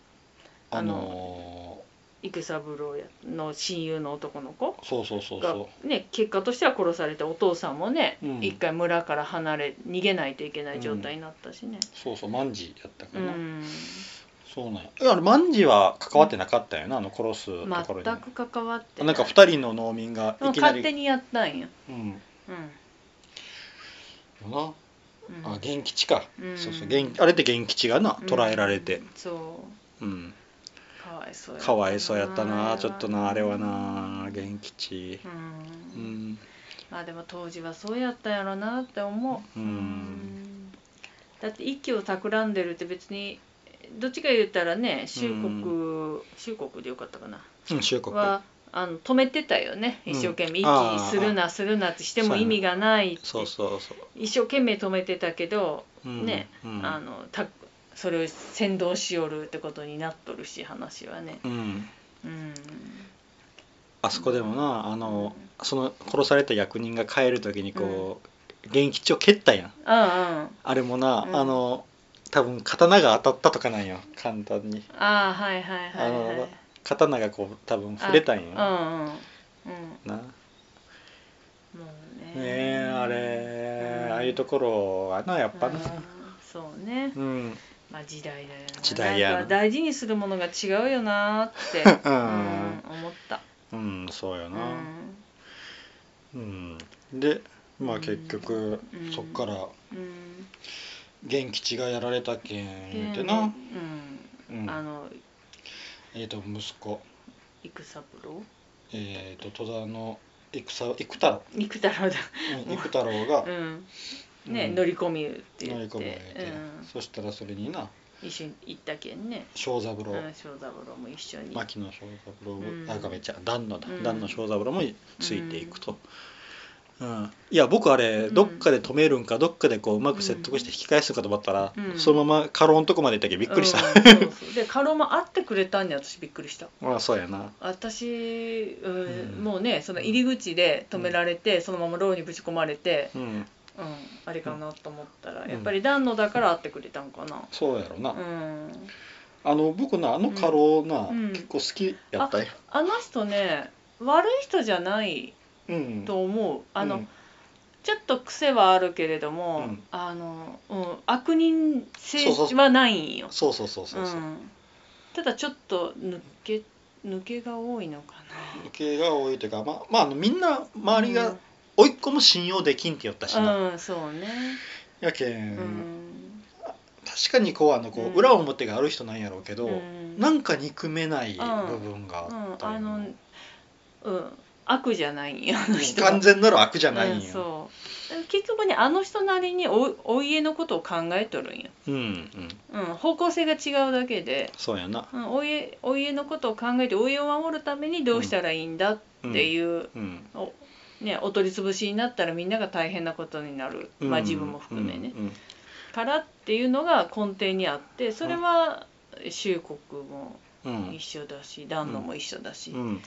[SPEAKER 2] あ
[SPEAKER 1] あ
[SPEAKER 2] の
[SPEAKER 1] の
[SPEAKER 2] が池三郎やの親友の男の子
[SPEAKER 1] ーそうそうそう
[SPEAKER 2] が
[SPEAKER 1] そ
[SPEAKER 2] ね結果としては殺されてお父さんもね、
[SPEAKER 1] うん
[SPEAKER 2] 一回村から離れ逃げないといけない状態になったしね。
[SPEAKER 1] うそうそう万事やったか
[SPEAKER 2] うん
[SPEAKER 1] な、そうなんやえあれ万事は関わってなかったよなあの殺すところに
[SPEAKER 2] 全く関わって
[SPEAKER 1] なんか二人の農民が
[SPEAKER 2] も
[SPEAKER 1] いうきな
[SPEAKER 2] 勝手
[SPEAKER 1] り
[SPEAKER 2] にやったんや。
[SPEAKER 1] うん
[SPEAKER 2] う
[SPEAKER 1] よ
[SPEAKER 2] んうん
[SPEAKER 1] なあ元吉か、
[SPEAKER 2] うん
[SPEAKER 1] そうそう元あれで元吉がな捕らえられて
[SPEAKER 2] うん、そう
[SPEAKER 1] うん
[SPEAKER 2] かわいそう
[SPEAKER 1] かわいそうやったなちょっとなあれはな
[SPEAKER 2] うん、
[SPEAKER 1] 元吉う
[SPEAKER 2] うん
[SPEAKER 1] ん
[SPEAKER 2] まあでも当時はそうやったんやろなって思う、
[SPEAKER 1] うん
[SPEAKER 2] だって一気を企んでるって別にどっちか言ったらね収国収国でよかったかな
[SPEAKER 1] うん収穫
[SPEAKER 2] はあの止めてたよね
[SPEAKER 1] うん
[SPEAKER 2] 一生懸命、
[SPEAKER 1] ああ
[SPEAKER 2] 一気するなするなってして
[SPEAKER 1] そ
[SPEAKER 2] も
[SPEAKER 1] うや
[SPEAKER 2] 意
[SPEAKER 1] ね
[SPEAKER 2] 味がないって
[SPEAKER 1] そうそうそう
[SPEAKER 2] 一生懸命止めてたけど、
[SPEAKER 1] うん
[SPEAKER 2] ね、
[SPEAKER 1] うん
[SPEAKER 2] あのたそれを先導しよるってことになっとるし話はね。
[SPEAKER 1] うん
[SPEAKER 2] うん
[SPEAKER 1] あそこでもなあのその殺された役人が帰る時にこう、元吉を蹴ったやん
[SPEAKER 2] うんうん
[SPEAKER 1] あれもな、
[SPEAKER 2] うん
[SPEAKER 1] あの多分刀が当たったとかなんよ簡単に
[SPEAKER 2] ああはいはいはいはい
[SPEAKER 1] 刀がこう多分触れたんよな
[SPEAKER 2] うんうんうん
[SPEAKER 1] ね
[SPEAKER 2] もうね
[SPEAKER 1] えあれ、
[SPEAKER 2] うん
[SPEAKER 1] ああいうところはなやっぱな
[SPEAKER 2] うんそうね
[SPEAKER 1] うん、うん
[SPEAKER 2] まあ時代だよな
[SPEAKER 1] 時代やな
[SPEAKER 2] なんか大事にするものが違うよなーって、
[SPEAKER 1] うん
[SPEAKER 2] うん思った
[SPEAKER 1] そうよ
[SPEAKER 2] う、
[SPEAKER 1] なんうんでまあ結局、
[SPEAKER 2] うん
[SPEAKER 1] そっから
[SPEAKER 2] うん
[SPEAKER 1] 元吉がやられたけん言うてな、う
[SPEAKER 2] うんん、あの
[SPEAKER 1] えっ、と息子
[SPEAKER 2] 育三郎
[SPEAKER 1] えっ、と戸田の戦生太郎
[SPEAKER 2] 育太郎だ
[SPEAKER 1] うん生太郎が、
[SPEAKER 2] うんね、
[SPEAKER 1] うん
[SPEAKER 2] 乗り込みって
[SPEAKER 1] 乗
[SPEAKER 2] 言
[SPEAKER 1] り
[SPEAKER 2] っ
[SPEAKER 1] 込
[SPEAKER 2] て
[SPEAKER 1] まれて、そしたらそれにな
[SPEAKER 2] うん、一緒に行ったけんね
[SPEAKER 1] 正三郎、
[SPEAKER 2] うん正三郎も一緒に
[SPEAKER 1] 牧野正三郎、
[SPEAKER 2] うん
[SPEAKER 1] あめっちゃ旦那だ、
[SPEAKER 2] うん
[SPEAKER 1] 旦那正三郎もついていくと、うんいや僕あれどっかで止めるんか、どっかでこううまく説得して引き返すんかと思ったら、
[SPEAKER 2] うん
[SPEAKER 1] そのまま家老のとこまで行ったけどびっくりした、
[SPEAKER 2] うんそうそうでカロも会ってくれたんに私びっくりした
[SPEAKER 1] まあそうやな
[SPEAKER 2] 私、うん
[SPEAKER 1] うん
[SPEAKER 2] もうねその入り口で止められて、そのまま牢にぶち込まれて
[SPEAKER 1] うん
[SPEAKER 2] うん、あれかなと思ったら、やっぱり暖炉だから会ってくれたんかな
[SPEAKER 1] そうやろな、
[SPEAKER 2] うん
[SPEAKER 1] あの僕なあの過労な、
[SPEAKER 2] うん
[SPEAKER 1] 結構好きやったよ
[SPEAKER 2] あの人ね悪い人じゃない
[SPEAKER 1] うん
[SPEAKER 2] と思うあの、
[SPEAKER 1] うん
[SPEAKER 2] ちょっと癖はあるけれども、
[SPEAKER 1] うん
[SPEAKER 2] あの、うん、悪人性
[SPEAKER 1] そうそうそう
[SPEAKER 2] はないんよ
[SPEAKER 1] そうそうそうそうそう、
[SPEAKER 2] うん、ただちょっと抜け抜けが多いのか
[SPEAKER 1] 抜けが多いというかまあ、まあ、あのみんな周りが甥っ子も信用できんって言ったしな、
[SPEAKER 2] なうん、うん、そうね
[SPEAKER 1] やけん、
[SPEAKER 2] うん、
[SPEAKER 1] 確かにこうあのこう、
[SPEAKER 2] うん
[SPEAKER 1] 裏表がある人なんやろうけど、
[SPEAKER 2] うん
[SPEAKER 1] なんか憎めない部分があったよ
[SPEAKER 2] うんあ
[SPEAKER 1] な、
[SPEAKER 2] のうん悪じゃないん よあの人は
[SPEAKER 1] 完全なる悪じゃない
[SPEAKER 2] うんん、
[SPEAKER 1] よ、
[SPEAKER 2] そう結局ねあの人なりにおお家のことを考えとるんよ、
[SPEAKER 1] うん、うん
[SPEAKER 2] うん、方向性が違うだけで、
[SPEAKER 1] そうやな、
[SPEAKER 2] うん、お家お家のことを考えてお家を守るためにどうしたらいいんだっていう、
[SPEAKER 1] うん
[SPEAKER 2] ね、お取り潰しになったらみんなが大変なことになる、
[SPEAKER 1] うん、
[SPEAKER 2] まあ、自分も含めね、
[SPEAKER 1] うんうん
[SPEAKER 2] からっていうのが根底にあってそれは周国も
[SPEAKER 1] うん
[SPEAKER 2] 一緒だし暖炉も一緒だし。
[SPEAKER 1] う
[SPEAKER 2] うん
[SPEAKER 1] ん、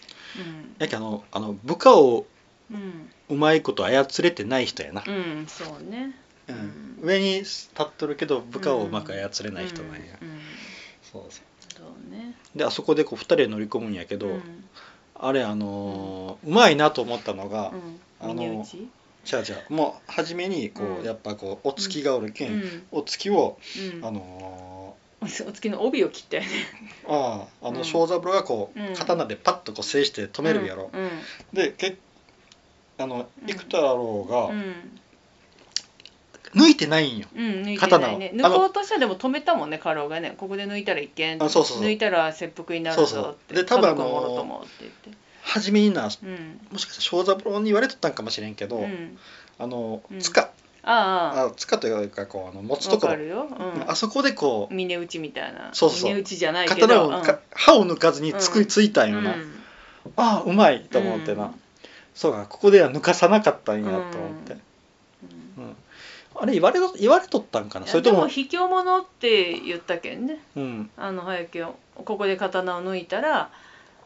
[SPEAKER 1] やけんあのあの部下を
[SPEAKER 2] うん
[SPEAKER 1] うまいこと操れてない人やな、
[SPEAKER 2] うん、そうね。
[SPEAKER 1] うん
[SPEAKER 2] うん
[SPEAKER 1] 上に立っとるけど部下をうまく操れない人なんや、
[SPEAKER 2] うんうん
[SPEAKER 1] そうそう
[SPEAKER 2] そうね。
[SPEAKER 1] であそこでこう2人で乗り込むんやけど、
[SPEAKER 2] うん
[SPEAKER 1] あれあのーうまいなと思ったのが、あの
[SPEAKER 2] うん、身内
[SPEAKER 1] じゃあじゃあもう初めにこう、
[SPEAKER 2] うん
[SPEAKER 1] やっぱこうお月がおるけ、
[SPEAKER 2] うんん
[SPEAKER 1] お月を、
[SPEAKER 2] うん
[SPEAKER 1] あの
[SPEAKER 2] お月の帯を切って
[SPEAKER 1] ーあああ
[SPEAKER 2] う
[SPEAKER 1] の
[SPEAKER 2] ん
[SPEAKER 1] 正三郎がこう、
[SPEAKER 2] うん
[SPEAKER 1] 刀でパッとこう制して止めるやろ、
[SPEAKER 2] うん
[SPEAKER 1] でけあの
[SPEAKER 2] うん
[SPEAKER 1] 生田郎
[SPEAKER 2] う
[SPEAKER 1] が
[SPEAKER 2] ん
[SPEAKER 1] 抜いてないんよ、
[SPEAKER 2] うん抜いて
[SPEAKER 1] 刀
[SPEAKER 2] な
[SPEAKER 1] を
[SPEAKER 2] いね
[SPEAKER 1] あ
[SPEAKER 2] 抜
[SPEAKER 1] の
[SPEAKER 2] こうとしたらでも止めたもんね家老がねここで抜いたらいけん
[SPEAKER 1] あそうそうそう
[SPEAKER 2] 抜いたら切腹になるぞって
[SPEAKER 1] そうそうで多分あの
[SPEAKER 2] 家族をもろともって
[SPEAKER 1] 初めにな
[SPEAKER 2] 言って
[SPEAKER 1] もしかしたら正三郎に言われとったんかもしれんけど、
[SPEAKER 2] うんうん
[SPEAKER 1] あの
[SPEAKER 2] うん
[SPEAKER 1] 塚、
[SPEAKER 2] ああ
[SPEAKER 1] あ塚というかこうあの持つと
[SPEAKER 2] わ
[SPEAKER 1] こ
[SPEAKER 2] か
[SPEAKER 1] ろ、
[SPEAKER 2] るようん
[SPEAKER 1] あそこでこう
[SPEAKER 2] 峰打ちみたいな
[SPEAKER 1] そうそうそう
[SPEAKER 2] 峰打ちじゃないけど
[SPEAKER 1] 刀をか、歯を抜かずにつく、
[SPEAKER 2] うん
[SPEAKER 1] ついたん
[SPEAKER 2] う
[SPEAKER 1] よ
[SPEAKER 2] ん
[SPEAKER 1] な、ああうまいと思ってな、そうかここでは抜かさなかったんやと思って、
[SPEAKER 2] うん
[SPEAKER 1] うんあれ言われと言われとったんかなそれと
[SPEAKER 2] で
[SPEAKER 1] も
[SPEAKER 2] も卑怯者って言ったけんね
[SPEAKER 1] うん
[SPEAKER 2] あの早くよここで刀を抜いたら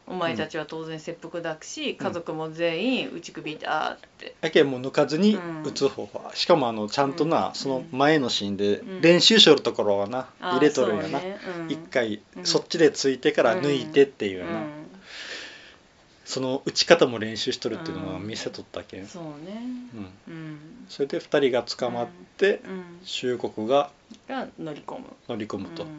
[SPEAKER 2] お前たちは当然切腹だし、家族も全員打ち首だって、
[SPEAKER 1] やけんもう抜かずに
[SPEAKER 2] うん
[SPEAKER 1] 打つ方法、しかもあのちゃんとな、
[SPEAKER 2] うん
[SPEAKER 1] その前のシーンで
[SPEAKER 2] うん
[SPEAKER 1] 練習しよるところはな、
[SPEAKER 2] あー
[SPEAKER 1] 入れとるんやな、
[SPEAKER 2] そうねうん
[SPEAKER 1] 一回
[SPEAKER 2] うん
[SPEAKER 1] そっちでついてから抜いてっていう
[SPEAKER 2] う
[SPEAKER 1] ような、
[SPEAKER 2] ん
[SPEAKER 1] その打ち方も練習しとるっていうのは見せとったけん、うん
[SPEAKER 2] そうねうん、
[SPEAKER 1] それで二人が捕まって、
[SPEAKER 2] うん、
[SPEAKER 1] 周国が
[SPEAKER 2] が乗り込む、
[SPEAKER 1] 乗り込むと、
[SPEAKER 2] うん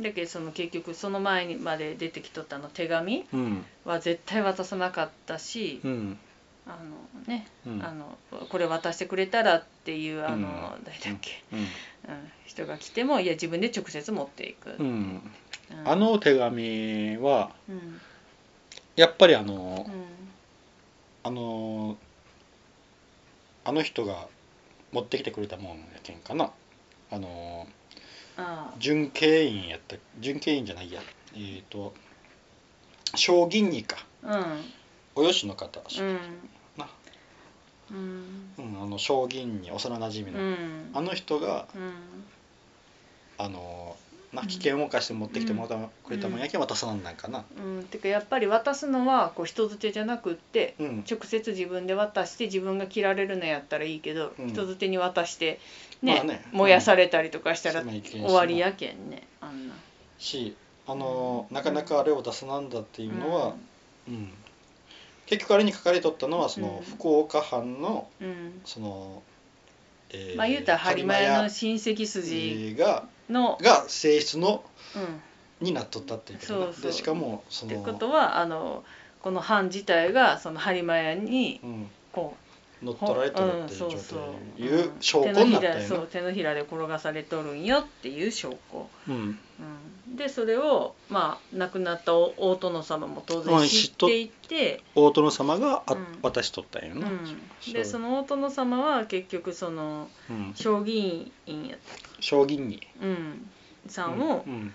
[SPEAKER 2] だけどその結局その前にまで出てきとったあの手紙
[SPEAKER 1] うん
[SPEAKER 2] は絶対渡さなかったし、
[SPEAKER 1] うん
[SPEAKER 2] あのね、
[SPEAKER 1] うん
[SPEAKER 2] あのこれ渡してくれたらっていうあの、
[SPEAKER 1] うん
[SPEAKER 2] 誰だっけ、
[SPEAKER 1] うん
[SPEAKER 2] うん、人が来てもいや自分で直接持っていく、
[SPEAKER 1] うん
[SPEAKER 2] うん
[SPEAKER 1] あの手紙は
[SPEAKER 2] うん
[SPEAKER 1] やっぱりあの、
[SPEAKER 2] う
[SPEAKER 1] あのーあの人が持ってきてくれたもんやけんかなあの
[SPEAKER 2] ん、あ
[SPEAKER 1] ー準経員やった準経員じゃないやえっ、と将棋にか
[SPEAKER 2] あ
[SPEAKER 1] およしの方、
[SPEAKER 2] うん
[SPEAKER 1] な
[SPEAKER 2] うんうん
[SPEAKER 1] うんあの将棋に幼なじみ
[SPEAKER 2] う
[SPEAKER 1] の、
[SPEAKER 2] ん
[SPEAKER 1] あの人が
[SPEAKER 2] うん
[SPEAKER 1] あのー
[SPEAKER 2] う
[SPEAKER 1] なん危険を冒して持ってきてもらったくれたもんやけん渡さなんなんかな
[SPEAKER 2] うんてかやっぱり渡すのはこう人づてじゃなくって
[SPEAKER 1] うん
[SPEAKER 2] 直接自分で渡して自分が切られるのやったらいいけど、
[SPEAKER 1] うん
[SPEAKER 2] 人づてに渡してね,、
[SPEAKER 1] まあね
[SPEAKER 2] 燃やされたりとかしたら
[SPEAKER 1] そんな意見し
[SPEAKER 2] 終
[SPEAKER 1] な
[SPEAKER 2] わりやけんねあんな。
[SPEAKER 1] しあのーなかなかあれを出さなんだっていうのは、うん結局あれに書かれとったのはその
[SPEAKER 2] うん
[SPEAKER 1] 福岡藩の
[SPEAKER 2] うん、うん
[SPEAKER 1] その、えー
[SPEAKER 2] まあ言うたら
[SPEAKER 1] 播
[SPEAKER 2] 播
[SPEAKER 1] 磨
[SPEAKER 2] 磨
[SPEAKER 1] 屋
[SPEAKER 2] 屋の親戚筋
[SPEAKER 1] が
[SPEAKER 2] の、
[SPEAKER 1] が性質の
[SPEAKER 2] うん、
[SPEAKER 1] になっとったっていうことね
[SPEAKER 2] そうそう
[SPEAKER 1] でしかもそ
[SPEAKER 2] って
[SPEAKER 1] の
[SPEAKER 2] ことはあのこの藩自体がその播磨屋に
[SPEAKER 1] うん、
[SPEAKER 2] こう
[SPEAKER 1] 乗っ取られてるっていう状態という証拠
[SPEAKER 2] 手の
[SPEAKER 1] にな
[SPEAKER 2] ひ
[SPEAKER 1] った
[SPEAKER 2] ら
[SPEAKER 1] よ
[SPEAKER 2] そ
[SPEAKER 1] な
[SPEAKER 2] う手のひらで転がされとるんよっていう証拠、
[SPEAKER 1] うん
[SPEAKER 2] うん、でそれをまあ亡くなったお大殿様も当
[SPEAKER 1] うん
[SPEAKER 2] 然
[SPEAKER 1] 知っ
[SPEAKER 2] 知っ
[SPEAKER 1] と
[SPEAKER 2] ていて、
[SPEAKER 1] 大殿様があ、
[SPEAKER 2] うん
[SPEAKER 1] 渡しとったんや
[SPEAKER 2] う
[SPEAKER 1] な、
[SPEAKER 2] ん、でその大殿様は結局その
[SPEAKER 1] うん
[SPEAKER 2] 将棋院やっ
[SPEAKER 1] 将棋に
[SPEAKER 2] た、うん、さんを
[SPEAKER 1] うん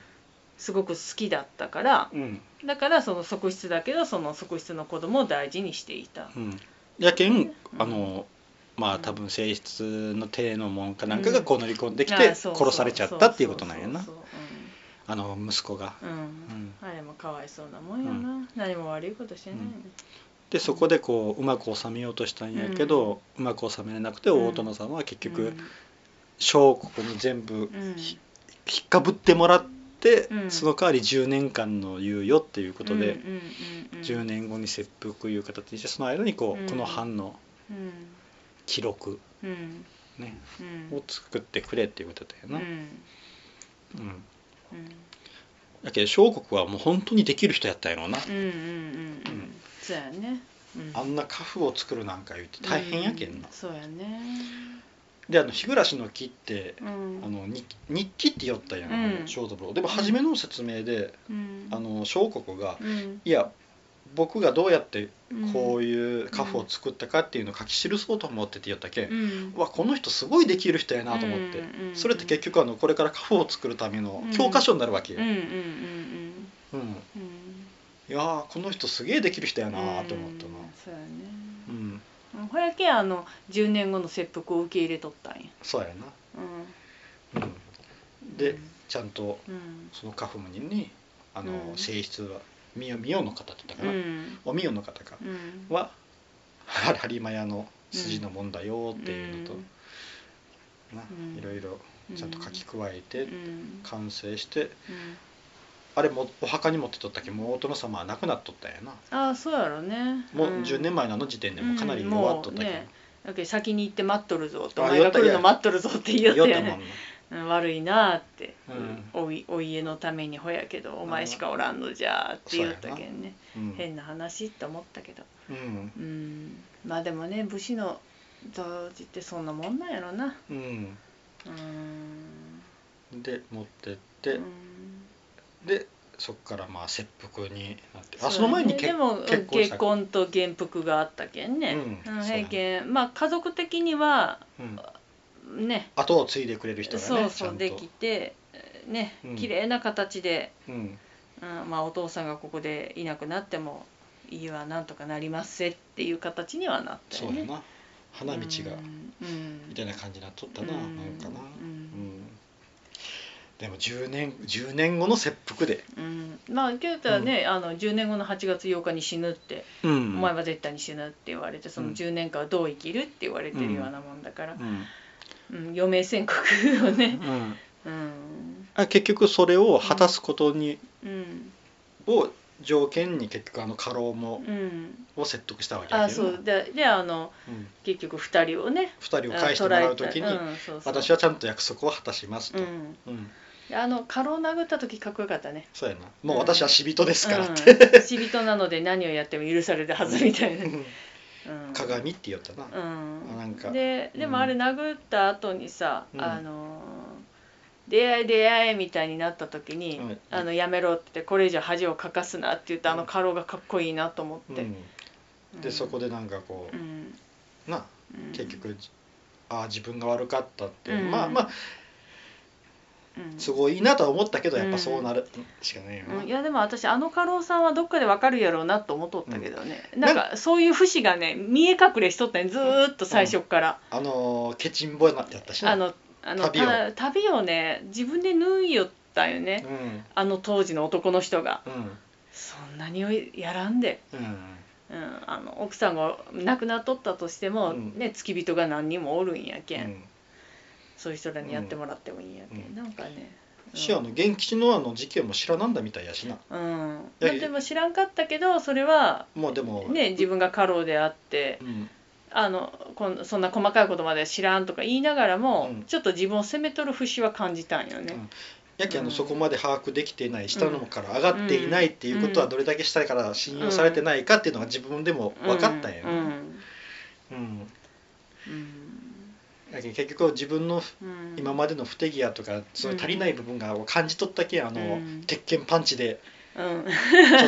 [SPEAKER 2] すごく好きだったから
[SPEAKER 1] うん
[SPEAKER 2] だからその側室だけどその側室の子供を大事にしていた。
[SPEAKER 1] うん、やけん
[SPEAKER 2] うん
[SPEAKER 1] あのまあ
[SPEAKER 2] うん
[SPEAKER 1] 多分性質の帝の門かなんかがこう乗り込んでき
[SPEAKER 2] あ
[SPEAKER 1] て
[SPEAKER 2] あそう
[SPEAKER 1] 殺されちゃったっていうことなんやな
[SPEAKER 2] そうそうそうそう
[SPEAKER 1] あの息子が。
[SPEAKER 2] うんうん
[SPEAKER 1] うん
[SPEAKER 2] あれもかわいそうなもんやな、何も悪いことしてないのに、
[SPEAKER 1] ででそこでこううまく収めようとしたんやけど、うまく収めれなくて
[SPEAKER 2] うん
[SPEAKER 1] 大殿様は結局小国に全部
[SPEAKER 2] うんうん
[SPEAKER 1] ひ引っかぶってもらって、
[SPEAKER 2] うん
[SPEAKER 1] その代わり10年間の猶予っていうことで、
[SPEAKER 2] うんうんうんうん
[SPEAKER 1] 10年後に切腹いう形にしてその間にこう、
[SPEAKER 2] うん
[SPEAKER 1] この藩の記録、
[SPEAKER 2] うんうん
[SPEAKER 1] ね、
[SPEAKER 2] うん
[SPEAKER 1] を作ってくれっていうことだよな。
[SPEAKER 2] うん
[SPEAKER 1] うん
[SPEAKER 2] うん
[SPEAKER 1] だけど小国はもう本当にできる人やったんやろうな、
[SPEAKER 2] うんうんうんうんそうやねうん
[SPEAKER 1] あんな家父を作るなんか言って大変やけんな
[SPEAKER 2] う、そうやね
[SPEAKER 1] であの日暮らしの木って
[SPEAKER 2] うん
[SPEAKER 1] あの日日記って言ったやん、
[SPEAKER 2] うん
[SPEAKER 1] 小三郎でも初めの説明で、
[SPEAKER 2] うん
[SPEAKER 1] あの小国が
[SPEAKER 2] うん
[SPEAKER 1] いや僕がどうやってこう
[SPEAKER 2] い
[SPEAKER 1] いう家父を作ったかっていうのを書き記そうと思ってって言ったけん、
[SPEAKER 2] うん
[SPEAKER 1] うわこの人すごいできる人やなと思って、
[SPEAKER 2] うんうん
[SPEAKER 1] それって結局あのこれから家父を作るための
[SPEAKER 2] うん
[SPEAKER 1] 教科書になるわけ
[SPEAKER 2] う
[SPEAKER 1] よ、
[SPEAKER 2] んうんうん
[SPEAKER 1] うん
[SPEAKER 2] うんうん
[SPEAKER 1] いやーこの人すげえできる人やなーと思ったな
[SPEAKER 2] うんそうやね
[SPEAKER 1] うん、
[SPEAKER 2] うんほやけあの10年後の切腹を受け入れとったんや
[SPEAKER 1] そうや
[SPEAKER 2] う
[SPEAKER 1] な、うん、
[SPEAKER 2] ん
[SPEAKER 1] でちゃんと
[SPEAKER 2] うん
[SPEAKER 1] そのカフムにねあの、
[SPEAKER 2] うん
[SPEAKER 1] 性質はミヨミヨの方だったか
[SPEAKER 2] う
[SPEAKER 1] な、
[SPEAKER 2] ん
[SPEAKER 1] おミヨの方か
[SPEAKER 2] うん
[SPEAKER 1] はハリマヤの筋のもんだよっていうのと、な
[SPEAKER 2] うん
[SPEAKER 1] いろいろちゃんと書き加えて
[SPEAKER 2] うん
[SPEAKER 1] 完成して
[SPEAKER 2] うん
[SPEAKER 1] あれもお墓に持ってとったけもうお殿様は亡くなっとったんやな
[SPEAKER 2] ああそうやろね
[SPEAKER 1] もう
[SPEAKER 2] うん
[SPEAKER 1] 10年前のあの時点でもうかなり弱っとったけ
[SPEAKER 2] うん
[SPEAKER 1] ど、
[SPEAKER 2] もうねだけど先に行って待っとるぞってお
[SPEAKER 1] あ
[SPEAKER 2] 前が来る
[SPEAKER 1] 言
[SPEAKER 2] の
[SPEAKER 1] った
[SPEAKER 2] 待っとるぞって言いよ
[SPEAKER 1] 酔
[SPEAKER 2] っ
[SPEAKER 1] ったた
[SPEAKER 2] よ
[SPEAKER 1] も
[SPEAKER 2] ね
[SPEAKER 1] んな
[SPEAKER 2] うん悪いなあって、
[SPEAKER 1] う
[SPEAKER 2] おいお家のためにほやけどお前しかおらんのじゃあって言ったけんね、
[SPEAKER 1] うん
[SPEAKER 2] 変な話って思ったけど
[SPEAKER 1] うん
[SPEAKER 2] うんまあでもね武士の当時ってそんなもんなんやろなうん
[SPEAKER 1] うんで持ってって、
[SPEAKER 2] うん
[SPEAKER 1] でそっからまあ切腹になって
[SPEAKER 2] う
[SPEAKER 1] あ
[SPEAKER 2] や
[SPEAKER 1] その前に
[SPEAKER 2] で
[SPEAKER 1] 結
[SPEAKER 2] も
[SPEAKER 1] 結婚した
[SPEAKER 2] 結婚と原服があったけんね、
[SPEAKER 1] うん
[SPEAKER 2] うん、
[SPEAKER 1] そうや
[SPEAKER 2] 平均まあ家族的には
[SPEAKER 1] うん
[SPEAKER 2] ね
[SPEAKER 1] 後を継いでくれる人がね
[SPEAKER 2] そう
[SPEAKER 1] ちゃ
[SPEAKER 2] そ
[SPEAKER 1] ん
[SPEAKER 2] う
[SPEAKER 1] と
[SPEAKER 2] できてえーね
[SPEAKER 1] うん
[SPEAKER 2] 綺麗な形で、
[SPEAKER 1] うん
[SPEAKER 2] うんまあ、お父さんがここでいなくなっても家はなんとかなりますせっていう形にはなった
[SPEAKER 1] そ
[SPEAKER 2] よ
[SPEAKER 1] うや
[SPEAKER 2] ね。
[SPEAKER 1] な花道がみた
[SPEAKER 2] い
[SPEAKER 1] いな感じになっとったな、
[SPEAKER 2] うん
[SPEAKER 1] なんかな、
[SPEAKER 2] う
[SPEAKER 1] うん
[SPEAKER 2] ん
[SPEAKER 1] でも10年10年後の切腹で、
[SPEAKER 2] うんまあケウタはね、あの10年後の8月8日に死ぬって、お前は絶対に死ぬって言われてその10年間はどう生きるって言われてるようなもんだから、
[SPEAKER 1] うん
[SPEAKER 2] うん余命宣告をね、
[SPEAKER 1] うん
[SPEAKER 2] うん
[SPEAKER 1] あ結局それを果たすことに、
[SPEAKER 2] うん
[SPEAKER 1] を条件に結局あの過労も、
[SPEAKER 2] うん、
[SPEAKER 1] を説得したわけ
[SPEAKER 2] あ
[SPEAKER 1] やけどな
[SPEAKER 2] そうでであの
[SPEAKER 1] うん、
[SPEAKER 2] 結局2人をね
[SPEAKER 1] 2人を返してもらう時に、
[SPEAKER 2] うんそうそう
[SPEAKER 1] 私はちゃんと約束を果たします
[SPEAKER 2] う
[SPEAKER 1] と、うん
[SPEAKER 2] んあの過労殴った時かっこよかったね
[SPEAKER 1] そうやなもう私は死人ですからって、
[SPEAKER 2] うん、死人なので何をやっても許されるはずみたいな、うん、
[SPEAKER 1] 鏡って言ったな、
[SPEAKER 2] うん
[SPEAKER 1] なんか
[SPEAKER 2] ででもあれ殴った後にさ、
[SPEAKER 1] うん
[SPEAKER 2] あのー出会い出会いみたいになった時に、
[SPEAKER 1] うん
[SPEAKER 2] あのやめろってこれ以上恥をかかすなって言ったあ
[SPEAKER 1] う
[SPEAKER 2] の
[SPEAKER 1] ん
[SPEAKER 2] 過労がかっこいいなと思っ
[SPEAKER 1] うん
[SPEAKER 2] て、
[SPEAKER 1] でそこでなんかこう
[SPEAKER 2] う、ん、
[SPEAKER 1] な
[SPEAKER 2] うん
[SPEAKER 1] 結、局ああ自分が悪かったって、
[SPEAKER 2] うん
[SPEAKER 1] まあまあ
[SPEAKER 2] うん
[SPEAKER 1] すごいなとは思ったけどやっぱそうなるしかないよな、
[SPEAKER 2] うんいやでも私あの家老さんはどっかでわかるやろうなと思っとったけどね、なんかそういう節がね見え隠れしとったねずーっと最初っから、
[SPEAKER 1] あのーケチンボになってやったしな
[SPEAKER 2] あのあの
[SPEAKER 1] 旅を
[SPEAKER 2] た旅をね自分で縫いよったよね、
[SPEAKER 1] うん
[SPEAKER 2] あの当時の男の人が
[SPEAKER 1] うん
[SPEAKER 2] そんなにやらんで、
[SPEAKER 1] うん
[SPEAKER 2] うん、あの奥さんが亡くなっとったとしても、
[SPEAKER 1] うん
[SPEAKER 2] ね付き人が何人もおるんや
[SPEAKER 1] う
[SPEAKER 2] けん、
[SPEAKER 1] ん
[SPEAKER 2] そういう人らにやってもらってもいいんやけん、
[SPEAKER 1] うん
[SPEAKER 2] なんかね、うん
[SPEAKER 1] しあの元吉のあの事件も知らなんだみたいやしな
[SPEAKER 2] うん、
[SPEAKER 1] いや
[SPEAKER 2] でも知らんかったけどそれは
[SPEAKER 1] もうでも、
[SPEAKER 2] ね自分が家老であって
[SPEAKER 1] うん
[SPEAKER 2] あのこんそんな細かいことまで知らんとか言いながらも、
[SPEAKER 1] うん
[SPEAKER 2] ちょっと自分を責めとる節は感じたんよね。
[SPEAKER 1] やけあの、
[SPEAKER 2] うん
[SPEAKER 1] そこまで把握できていない下のから上がっていないっていうことは
[SPEAKER 2] うん
[SPEAKER 1] どれだけ下から信用されてないかっていうのが自分でも分かったんや
[SPEAKER 2] う
[SPEAKER 1] な、
[SPEAKER 2] ん
[SPEAKER 1] うん
[SPEAKER 2] うん
[SPEAKER 1] やけ結局自分の
[SPEAKER 2] うん
[SPEAKER 1] 今までの不手際とかそういう足りない部分が感じ取ったけんあの、
[SPEAKER 2] うん
[SPEAKER 1] 鉄拳パンチで
[SPEAKER 2] うん、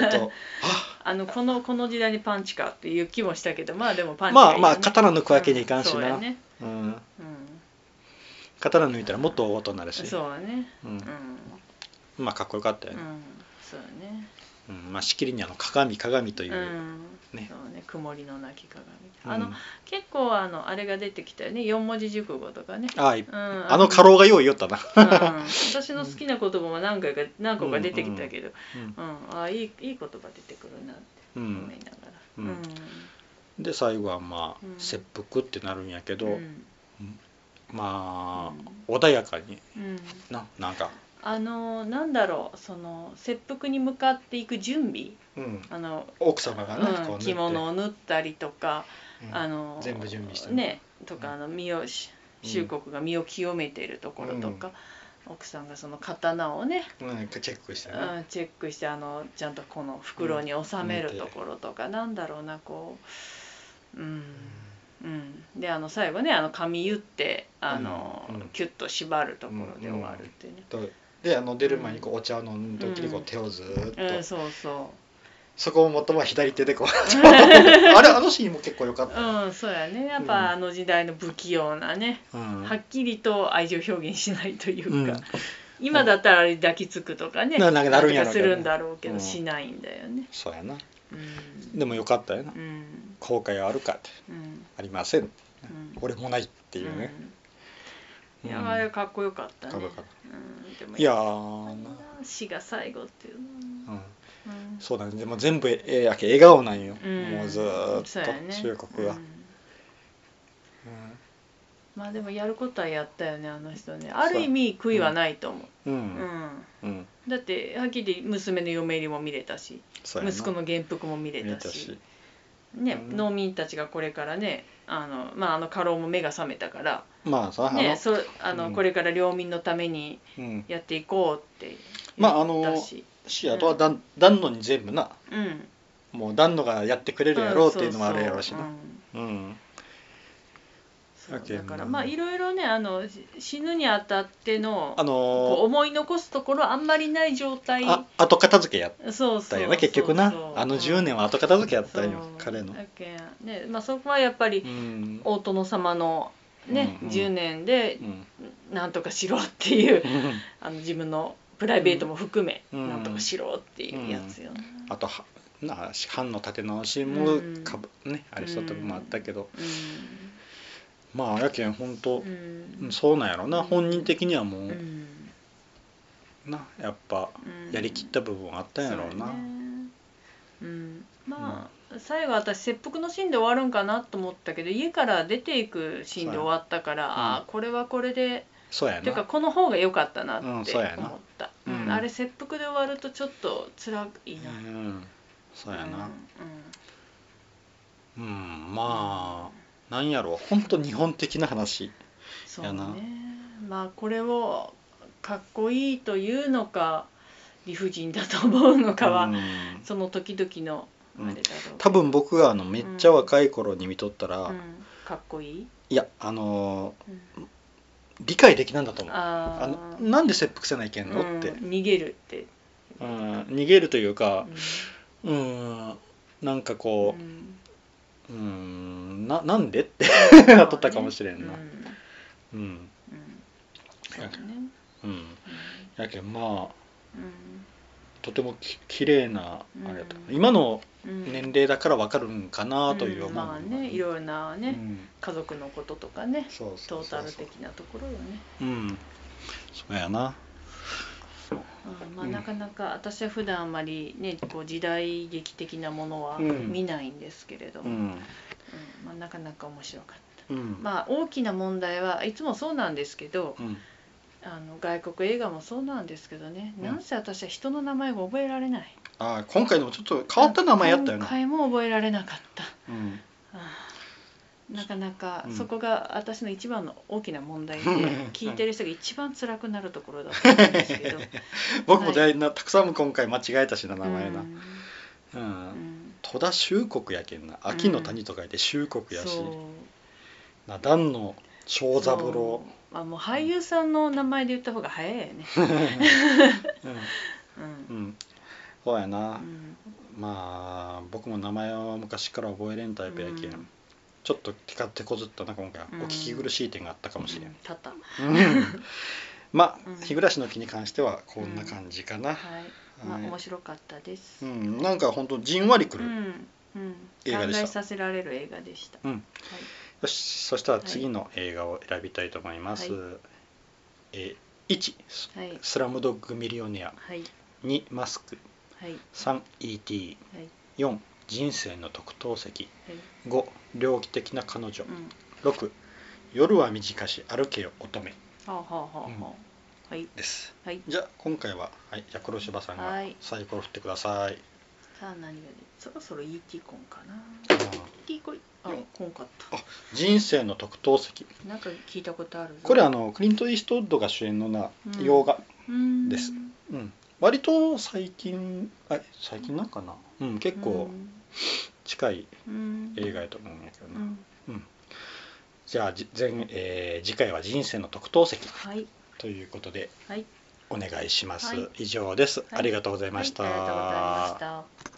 [SPEAKER 1] ちょ っと
[SPEAKER 2] あのこのこの時代にパンチかっていう気もしたけどまあでもパンチがいい
[SPEAKER 1] まあ
[SPEAKER 2] よね
[SPEAKER 1] まあ刀抜くわけにいかんし
[SPEAKER 2] うんそう
[SPEAKER 1] な、
[SPEAKER 2] や
[SPEAKER 1] うん
[SPEAKER 2] ね
[SPEAKER 1] 刀抜いたらもっと大事になる
[SPEAKER 2] うん
[SPEAKER 1] し
[SPEAKER 2] そうやね
[SPEAKER 1] うん
[SPEAKER 2] うん、
[SPEAKER 1] まあかっこよかった
[SPEAKER 2] う
[SPEAKER 1] よね、
[SPEAKER 2] ん、そうやね
[SPEAKER 1] うんまあ、しきりにあの鏡鏡というう、
[SPEAKER 2] ん
[SPEAKER 1] ね
[SPEAKER 2] そうね曇りのなき鏡
[SPEAKER 1] うん
[SPEAKER 2] あの、結構あのあれが出てきたよね四文字熟語とかね、
[SPEAKER 1] ああい
[SPEAKER 2] うん、あ
[SPEAKER 1] あの過労がよう言おったな、
[SPEAKER 2] うん私の好きな言葉も何回か何個か出てきたけど、
[SPEAKER 1] うん
[SPEAKER 2] うんあいいいい言葉出てくるなって
[SPEAKER 1] う
[SPEAKER 2] 思
[SPEAKER 1] ん
[SPEAKER 2] いながら、
[SPEAKER 1] う
[SPEAKER 2] うんん
[SPEAKER 1] で最後はまあ、
[SPEAKER 2] うん
[SPEAKER 1] 切腹ってなるんやけど、
[SPEAKER 2] うん
[SPEAKER 1] まあ穏やかに
[SPEAKER 2] うん
[SPEAKER 1] ななんか、
[SPEAKER 2] あのなんだろうその切腹に向かっていく準備
[SPEAKER 1] うん、
[SPEAKER 2] あの、
[SPEAKER 1] 奥様がね、こう縫っ
[SPEAKER 2] うん、
[SPEAKER 1] て
[SPEAKER 2] 着物を縫ったりとか、
[SPEAKER 1] うん
[SPEAKER 2] あの
[SPEAKER 1] 全部準備してね
[SPEAKER 2] ねとかあの身をし
[SPEAKER 1] うん
[SPEAKER 2] 周国が身を清めているところとか、奥さんがその刀をね、
[SPEAKER 1] うん、チェックしてね、
[SPEAKER 2] うん、チェックしてあのちゃんとこの袋に収めるところとか、なんだろうなこううん、うん、であの最後ねあの髪結ってあの、
[SPEAKER 1] うんうん
[SPEAKER 2] キュッと縛るところで終わるっていうね、
[SPEAKER 1] とであの出る前にこうお茶を飲む時にこう
[SPEAKER 2] うん
[SPEAKER 1] 手をずーっと、
[SPEAKER 2] うん、そうそう。
[SPEAKER 1] そこをもっとも左手で こうあれあのシーンも結構良かったね、
[SPEAKER 2] うん、そうやね。やっ
[SPEAKER 1] うん
[SPEAKER 2] ぱあの時代の不器用なね、
[SPEAKER 1] うん
[SPEAKER 2] はっきりと愛情表現しないという
[SPEAKER 1] うん
[SPEAKER 2] か、今だったらあれ抱きつくとかね、
[SPEAKER 1] ななんかなるんやろうけ
[SPEAKER 2] とかす
[SPEAKER 1] どね
[SPEAKER 2] るんだろうけど、
[SPEAKER 1] うん
[SPEAKER 2] しないんだよね。
[SPEAKER 1] そうやな
[SPEAKER 2] うん、
[SPEAKER 1] でも良かったよな、
[SPEAKER 2] うん、
[SPEAKER 1] 後悔はあるかって
[SPEAKER 2] うん、
[SPEAKER 1] ありません
[SPEAKER 2] うん、
[SPEAKER 1] 俺もないっていうね、
[SPEAKER 2] うん。い
[SPEAKER 1] うん
[SPEAKER 2] や、あれかっこよかったね。
[SPEAKER 1] かっこよかっ
[SPEAKER 2] うん、でも
[SPEAKER 1] いやーな、
[SPEAKER 2] 死が最後っていう
[SPEAKER 1] う
[SPEAKER 2] のは。
[SPEAKER 1] ん、
[SPEAKER 2] うん
[SPEAKER 1] そうだねでも全部ええやけ笑顔なんよ、
[SPEAKER 2] ん
[SPEAKER 1] もうずーっ
[SPEAKER 2] そう
[SPEAKER 1] と
[SPEAKER 2] やね
[SPEAKER 1] 中国が、
[SPEAKER 2] う
[SPEAKER 1] うん
[SPEAKER 2] んまあでもやることはやったよねあの人ねあ
[SPEAKER 1] そう
[SPEAKER 2] る意味悔いはないと思う、
[SPEAKER 1] うん
[SPEAKER 2] うん、
[SPEAKER 1] うん
[SPEAKER 2] だってはっきり娘の嫁入りも見れたし
[SPEAKER 1] そうやな
[SPEAKER 2] 息子の元服も見れ
[SPEAKER 1] 見れ
[SPEAKER 2] た
[SPEAKER 1] た
[SPEAKER 2] し
[SPEAKER 1] し、
[SPEAKER 2] ね
[SPEAKER 1] うん
[SPEAKER 2] 農民たちがこれからねあの、まあ、あの家老も目が覚めたから、
[SPEAKER 1] まあさ、
[SPEAKER 2] ね、
[SPEAKER 1] あ
[SPEAKER 2] そあの
[SPEAKER 1] うん
[SPEAKER 2] これから領民のために
[SPEAKER 1] のうん、
[SPEAKER 2] やっていこうって
[SPEAKER 1] まああ
[SPEAKER 2] 言った
[SPEAKER 1] の
[SPEAKER 2] し、
[SPEAKER 1] シアとはだん暖野に全部な
[SPEAKER 2] うん、
[SPEAKER 1] もう暖野がやってくれるやろうっていうのもあるやろうしなうん
[SPEAKER 2] そうそううん
[SPEAKER 1] だ
[SPEAKER 2] そ
[SPEAKER 1] け
[SPEAKER 2] う
[SPEAKER 1] ど
[SPEAKER 2] だからまあいろいろねあのし死ぬにあたっての
[SPEAKER 1] あ
[SPEAKER 2] こう
[SPEAKER 1] の
[SPEAKER 2] 思い残すところあんまりない状態
[SPEAKER 1] ーあ後片付けやっ
[SPEAKER 2] そうそ
[SPEAKER 1] た
[SPEAKER 2] う
[SPEAKER 1] よな結局な
[SPEAKER 2] そうそう
[SPEAKER 1] あの10年は後片付けやったんよ
[SPEAKER 2] そう
[SPEAKER 1] 彼の
[SPEAKER 2] だけんねまあ、そこはやっぱり
[SPEAKER 1] うん
[SPEAKER 2] 大殿様のね、
[SPEAKER 1] うんうん
[SPEAKER 2] 10年で
[SPEAKER 1] うん
[SPEAKER 2] なんとかしろっていう、
[SPEAKER 1] うん
[SPEAKER 2] あの自分のプライベートも含め、
[SPEAKER 1] うん
[SPEAKER 2] なんとかしろっていうやつよね。
[SPEAKER 1] あとはな藩の立て直しもかぶ、ねあれしたとこもあったけど、まあやけん本当、
[SPEAKER 2] うんうん
[SPEAKER 1] そうなんやろな
[SPEAKER 2] うん
[SPEAKER 1] 本人的にはもう、
[SPEAKER 2] うん
[SPEAKER 1] なやっぱ
[SPEAKER 2] うん
[SPEAKER 1] やりきった部分あったんやろうな、
[SPEAKER 2] そうねうん、まあ、最後私切腹のシーンで終わるんかなと思ったけど家から出ていくシーンで終わったから、
[SPEAKER 1] そうやな
[SPEAKER 2] ああこれはこれで
[SPEAKER 1] そうや
[SPEAKER 2] ていうか
[SPEAKER 1] な
[SPEAKER 2] この方が良かったなって
[SPEAKER 1] う
[SPEAKER 2] 思
[SPEAKER 1] ん
[SPEAKER 2] っ
[SPEAKER 1] そうやな
[SPEAKER 2] た、
[SPEAKER 1] うん
[SPEAKER 2] うんあれ切腹で終わるとちょっと辛いな、
[SPEAKER 1] うんそうやな
[SPEAKER 2] う
[SPEAKER 1] うん、まあなんやろう本当日本的な話
[SPEAKER 2] ん
[SPEAKER 1] やな
[SPEAKER 2] そうねまあこれをかっこいいというのか理不尽だと思うのかは、
[SPEAKER 1] うん
[SPEAKER 2] その時々の
[SPEAKER 1] う
[SPEAKER 2] あ
[SPEAKER 1] ん
[SPEAKER 2] れだろう
[SPEAKER 1] 多分僕があのめっちゃ若い頃に見とったら、
[SPEAKER 2] うんかっこいい、
[SPEAKER 1] いやあの
[SPEAKER 2] うん
[SPEAKER 1] ー理解できなんだと思う
[SPEAKER 2] あー
[SPEAKER 1] あのなんで切腹せないけんの、って
[SPEAKER 2] う、ん逃げるって、
[SPEAKER 1] うん、逃げるというかうんなんかこ
[SPEAKER 2] うん
[SPEAKER 1] ううんななんでって
[SPEAKER 2] まあね
[SPEAKER 1] なっとったかもしれんな
[SPEAKER 2] うん
[SPEAKER 1] うん
[SPEAKER 2] うんそうね
[SPEAKER 1] うんやけんまあ
[SPEAKER 2] うん
[SPEAKER 1] とてもき綺麗なあれだった、
[SPEAKER 2] うん
[SPEAKER 1] 今の
[SPEAKER 2] うん
[SPEAKER 1] 年齢だからわかるんかなという思う、
[SPEAKER 2] んまあねいろいろな
[SPEAKER 1] う
[SPEAKER 2] ね、
[SPEAKER 1] ん
[SPEAKER 2] 家族のこととかね
[SPEAKER 1] そうそ
[SPEAKER 2] ト
[SPEAKER 1] う
[SPEAKER 2] ー
[SPEAKER 1] そ
[SPEAKER 2] タ
[SPEAKER 1] う
[SPEAKER 2] ル
[SPEAKER 1] そう
[SPEAKER 2] 的なところよね、
[SPEAKER 1] うんそうやな
[SPEAKER 2] うんまあ、
[SPEAKER 1] うん
[SPEAKER 2] なかなか私は普段あんまりねこう時代劇的なものは
[SPEAKER 1] うん
[SPEAKER 2] 見ないんですけれど
[SPEAKER 1] う
[SPEAKER 2] も、うん
[SPEAKER 1] ん
[SPEAKER 2] まあ、なかなか面白かった
[SPEAKER 1] うん
[SPEAKER 2] まあ大きな問題はいつもそうなんですけど
[SPEAKER 1] うん
[SPEAKER 2] あの外国映画もそうなんですけどね、
[SPEAKER 1] うん
[SPEAKER 2] なんせ私は人の名前が覚えられない
[SPEAKER 1] あー今回でもちょっと変わった名前やったよ
[SPEAKER 2] 今
[SPEAKER 1] な、
[SPEAKER 2] 回も覚えられなかった
[SPEAKER 1] うん、
[SPEAKER 2] あーなかなか
[SPEAKER 1] うん
[SPEAKER 2] そこが私の一番の大きな問題で聞いてる人が一番辛くなるところだと思うんですけど
[SPEAKER 1] 僕もだいなたくさん今回間違えたしな 名前な、うん
[SPEAKER 2] うんうん
[SPEAKER 1] 戸田修国やけんな秋の谷と書いて修国やし、
[SPEAKER 2] そう
[SPEAKER 1] な段の長三郎
[SPEAKER 2] そうまあもう俳優さんの名前で言った方が早いよね、
[SPEAKER 1] う、
[SPEAKER 2] う
[SPEAKER 1] ん
[SPEAKER 2] ん
[SPEAKER 1] うん、そうやな、
[SPEAKER 2] うん
[SPEAKER 1] まあ僕も名前は昔から覚えれんタイプやけん、
[SPEAKER 2] うん
[SPEAKER 1] ちょっと手か手こずったな今回は、
[SPEAKER 2] うん
[SPEAKER 1] お聞き苦しい点があったかもしれん、
[SPEAKER 2] たった
[SPEAKER 1] うん ま
[SPEAKER 2] うん
[SPEAKER 1] あ日暮らしの木に関してはこんな感じかな、
[SPEAKER 2] はい、まあ、
[SPEAKER 1] はい
[SPEAKER 2] 面白かったです、
[SPEAKER 1] うんなんかほんとじんわりく
[SPEAKER 2] う
[SPEAKER 1] る、
[SPEAKER 2] んうん、
[SPEAKER 1] 映画でした
[SPEAKER 2] 考えさせられる映画でした、
[SPEAKER 1] うん
[SPEAKER 2] はい
[SPEAKER 1] よしそしたら次の映画を選びたいと思います、えー1ス
[SPEAKER 2] はい
[SPEAKER 1] スラムドッグミリオネア
[SPEAKER 2] はい
[SPEAKER 1] 2マスク
[SPEAKER 2] はい
[SPEAKER 1] 3ET4
[SPEAKER 2] はい
[SPEAKER 1] 人生の特等席
[SPEAKER 2] へい
[SPEAKER 1] 5猟奇的な彼女
[SPEAKER 2] うん
[SPEAKER 1] 6夜は短し歩けよ乙女
[SPEAKER 2] はあはあはあは
[SPEAKER 1] うん
[SPEAKER 2] あはい
[SPEAKER 1] です
[SPEAKER 2] はい
[SPEAKER 1] じゃあ今回は、はい、じゃあ黒柴さんが
[SPEAKER 2] はい
[SPEAKER 1] サイコロ振ってください
[SPEAKER 2] さあ何が出るそろそろ ET コンかな
[SPEAKER 1] あ
[SPEAKER 2] ET コンあ
[SPEAKER 1] うん
[SPEAKER 2] コンかっ
[SPEAKER 1] あ人生の特等席
[SPEAKER 2] たなんか聞いたことあるぞ
[SPEAKER 1] これあのクリント・イーストウッドが主演のな
[SPEAKER 2] うん
[SPEAKER 1] 洋画、
[SPEAKER 2] うん
[SPEAKER 1] ですうん割と最近あ最近なんかな、うん、結構近い
[SPEAKER 2] うん
[SPEAKER 1] 映画やと思うんやけど
[SPEAKER 2] う
[SPEAKER 1] な、
[SPEAKER 2] ん
[SPEAKER 1] じゃあじ前、えー次回は人生の特等席
[SPEAKER 2] はい
[SPEAKER 1] ということで
[SPEAKER 2] はい
[SPEAKER 1] お願いします、
[SPEAKER 2] はい
[SPEAKER 1] 以上です、
[SPEAKER 2] はい
[SPEAKER 1] ありがとうござい
[SPEAKER 2] は
[SPEAKER 1] ま
[SPEAKER 2] い
[SPEAKER 1] した、
[SPEAKER 2] ありがとうございました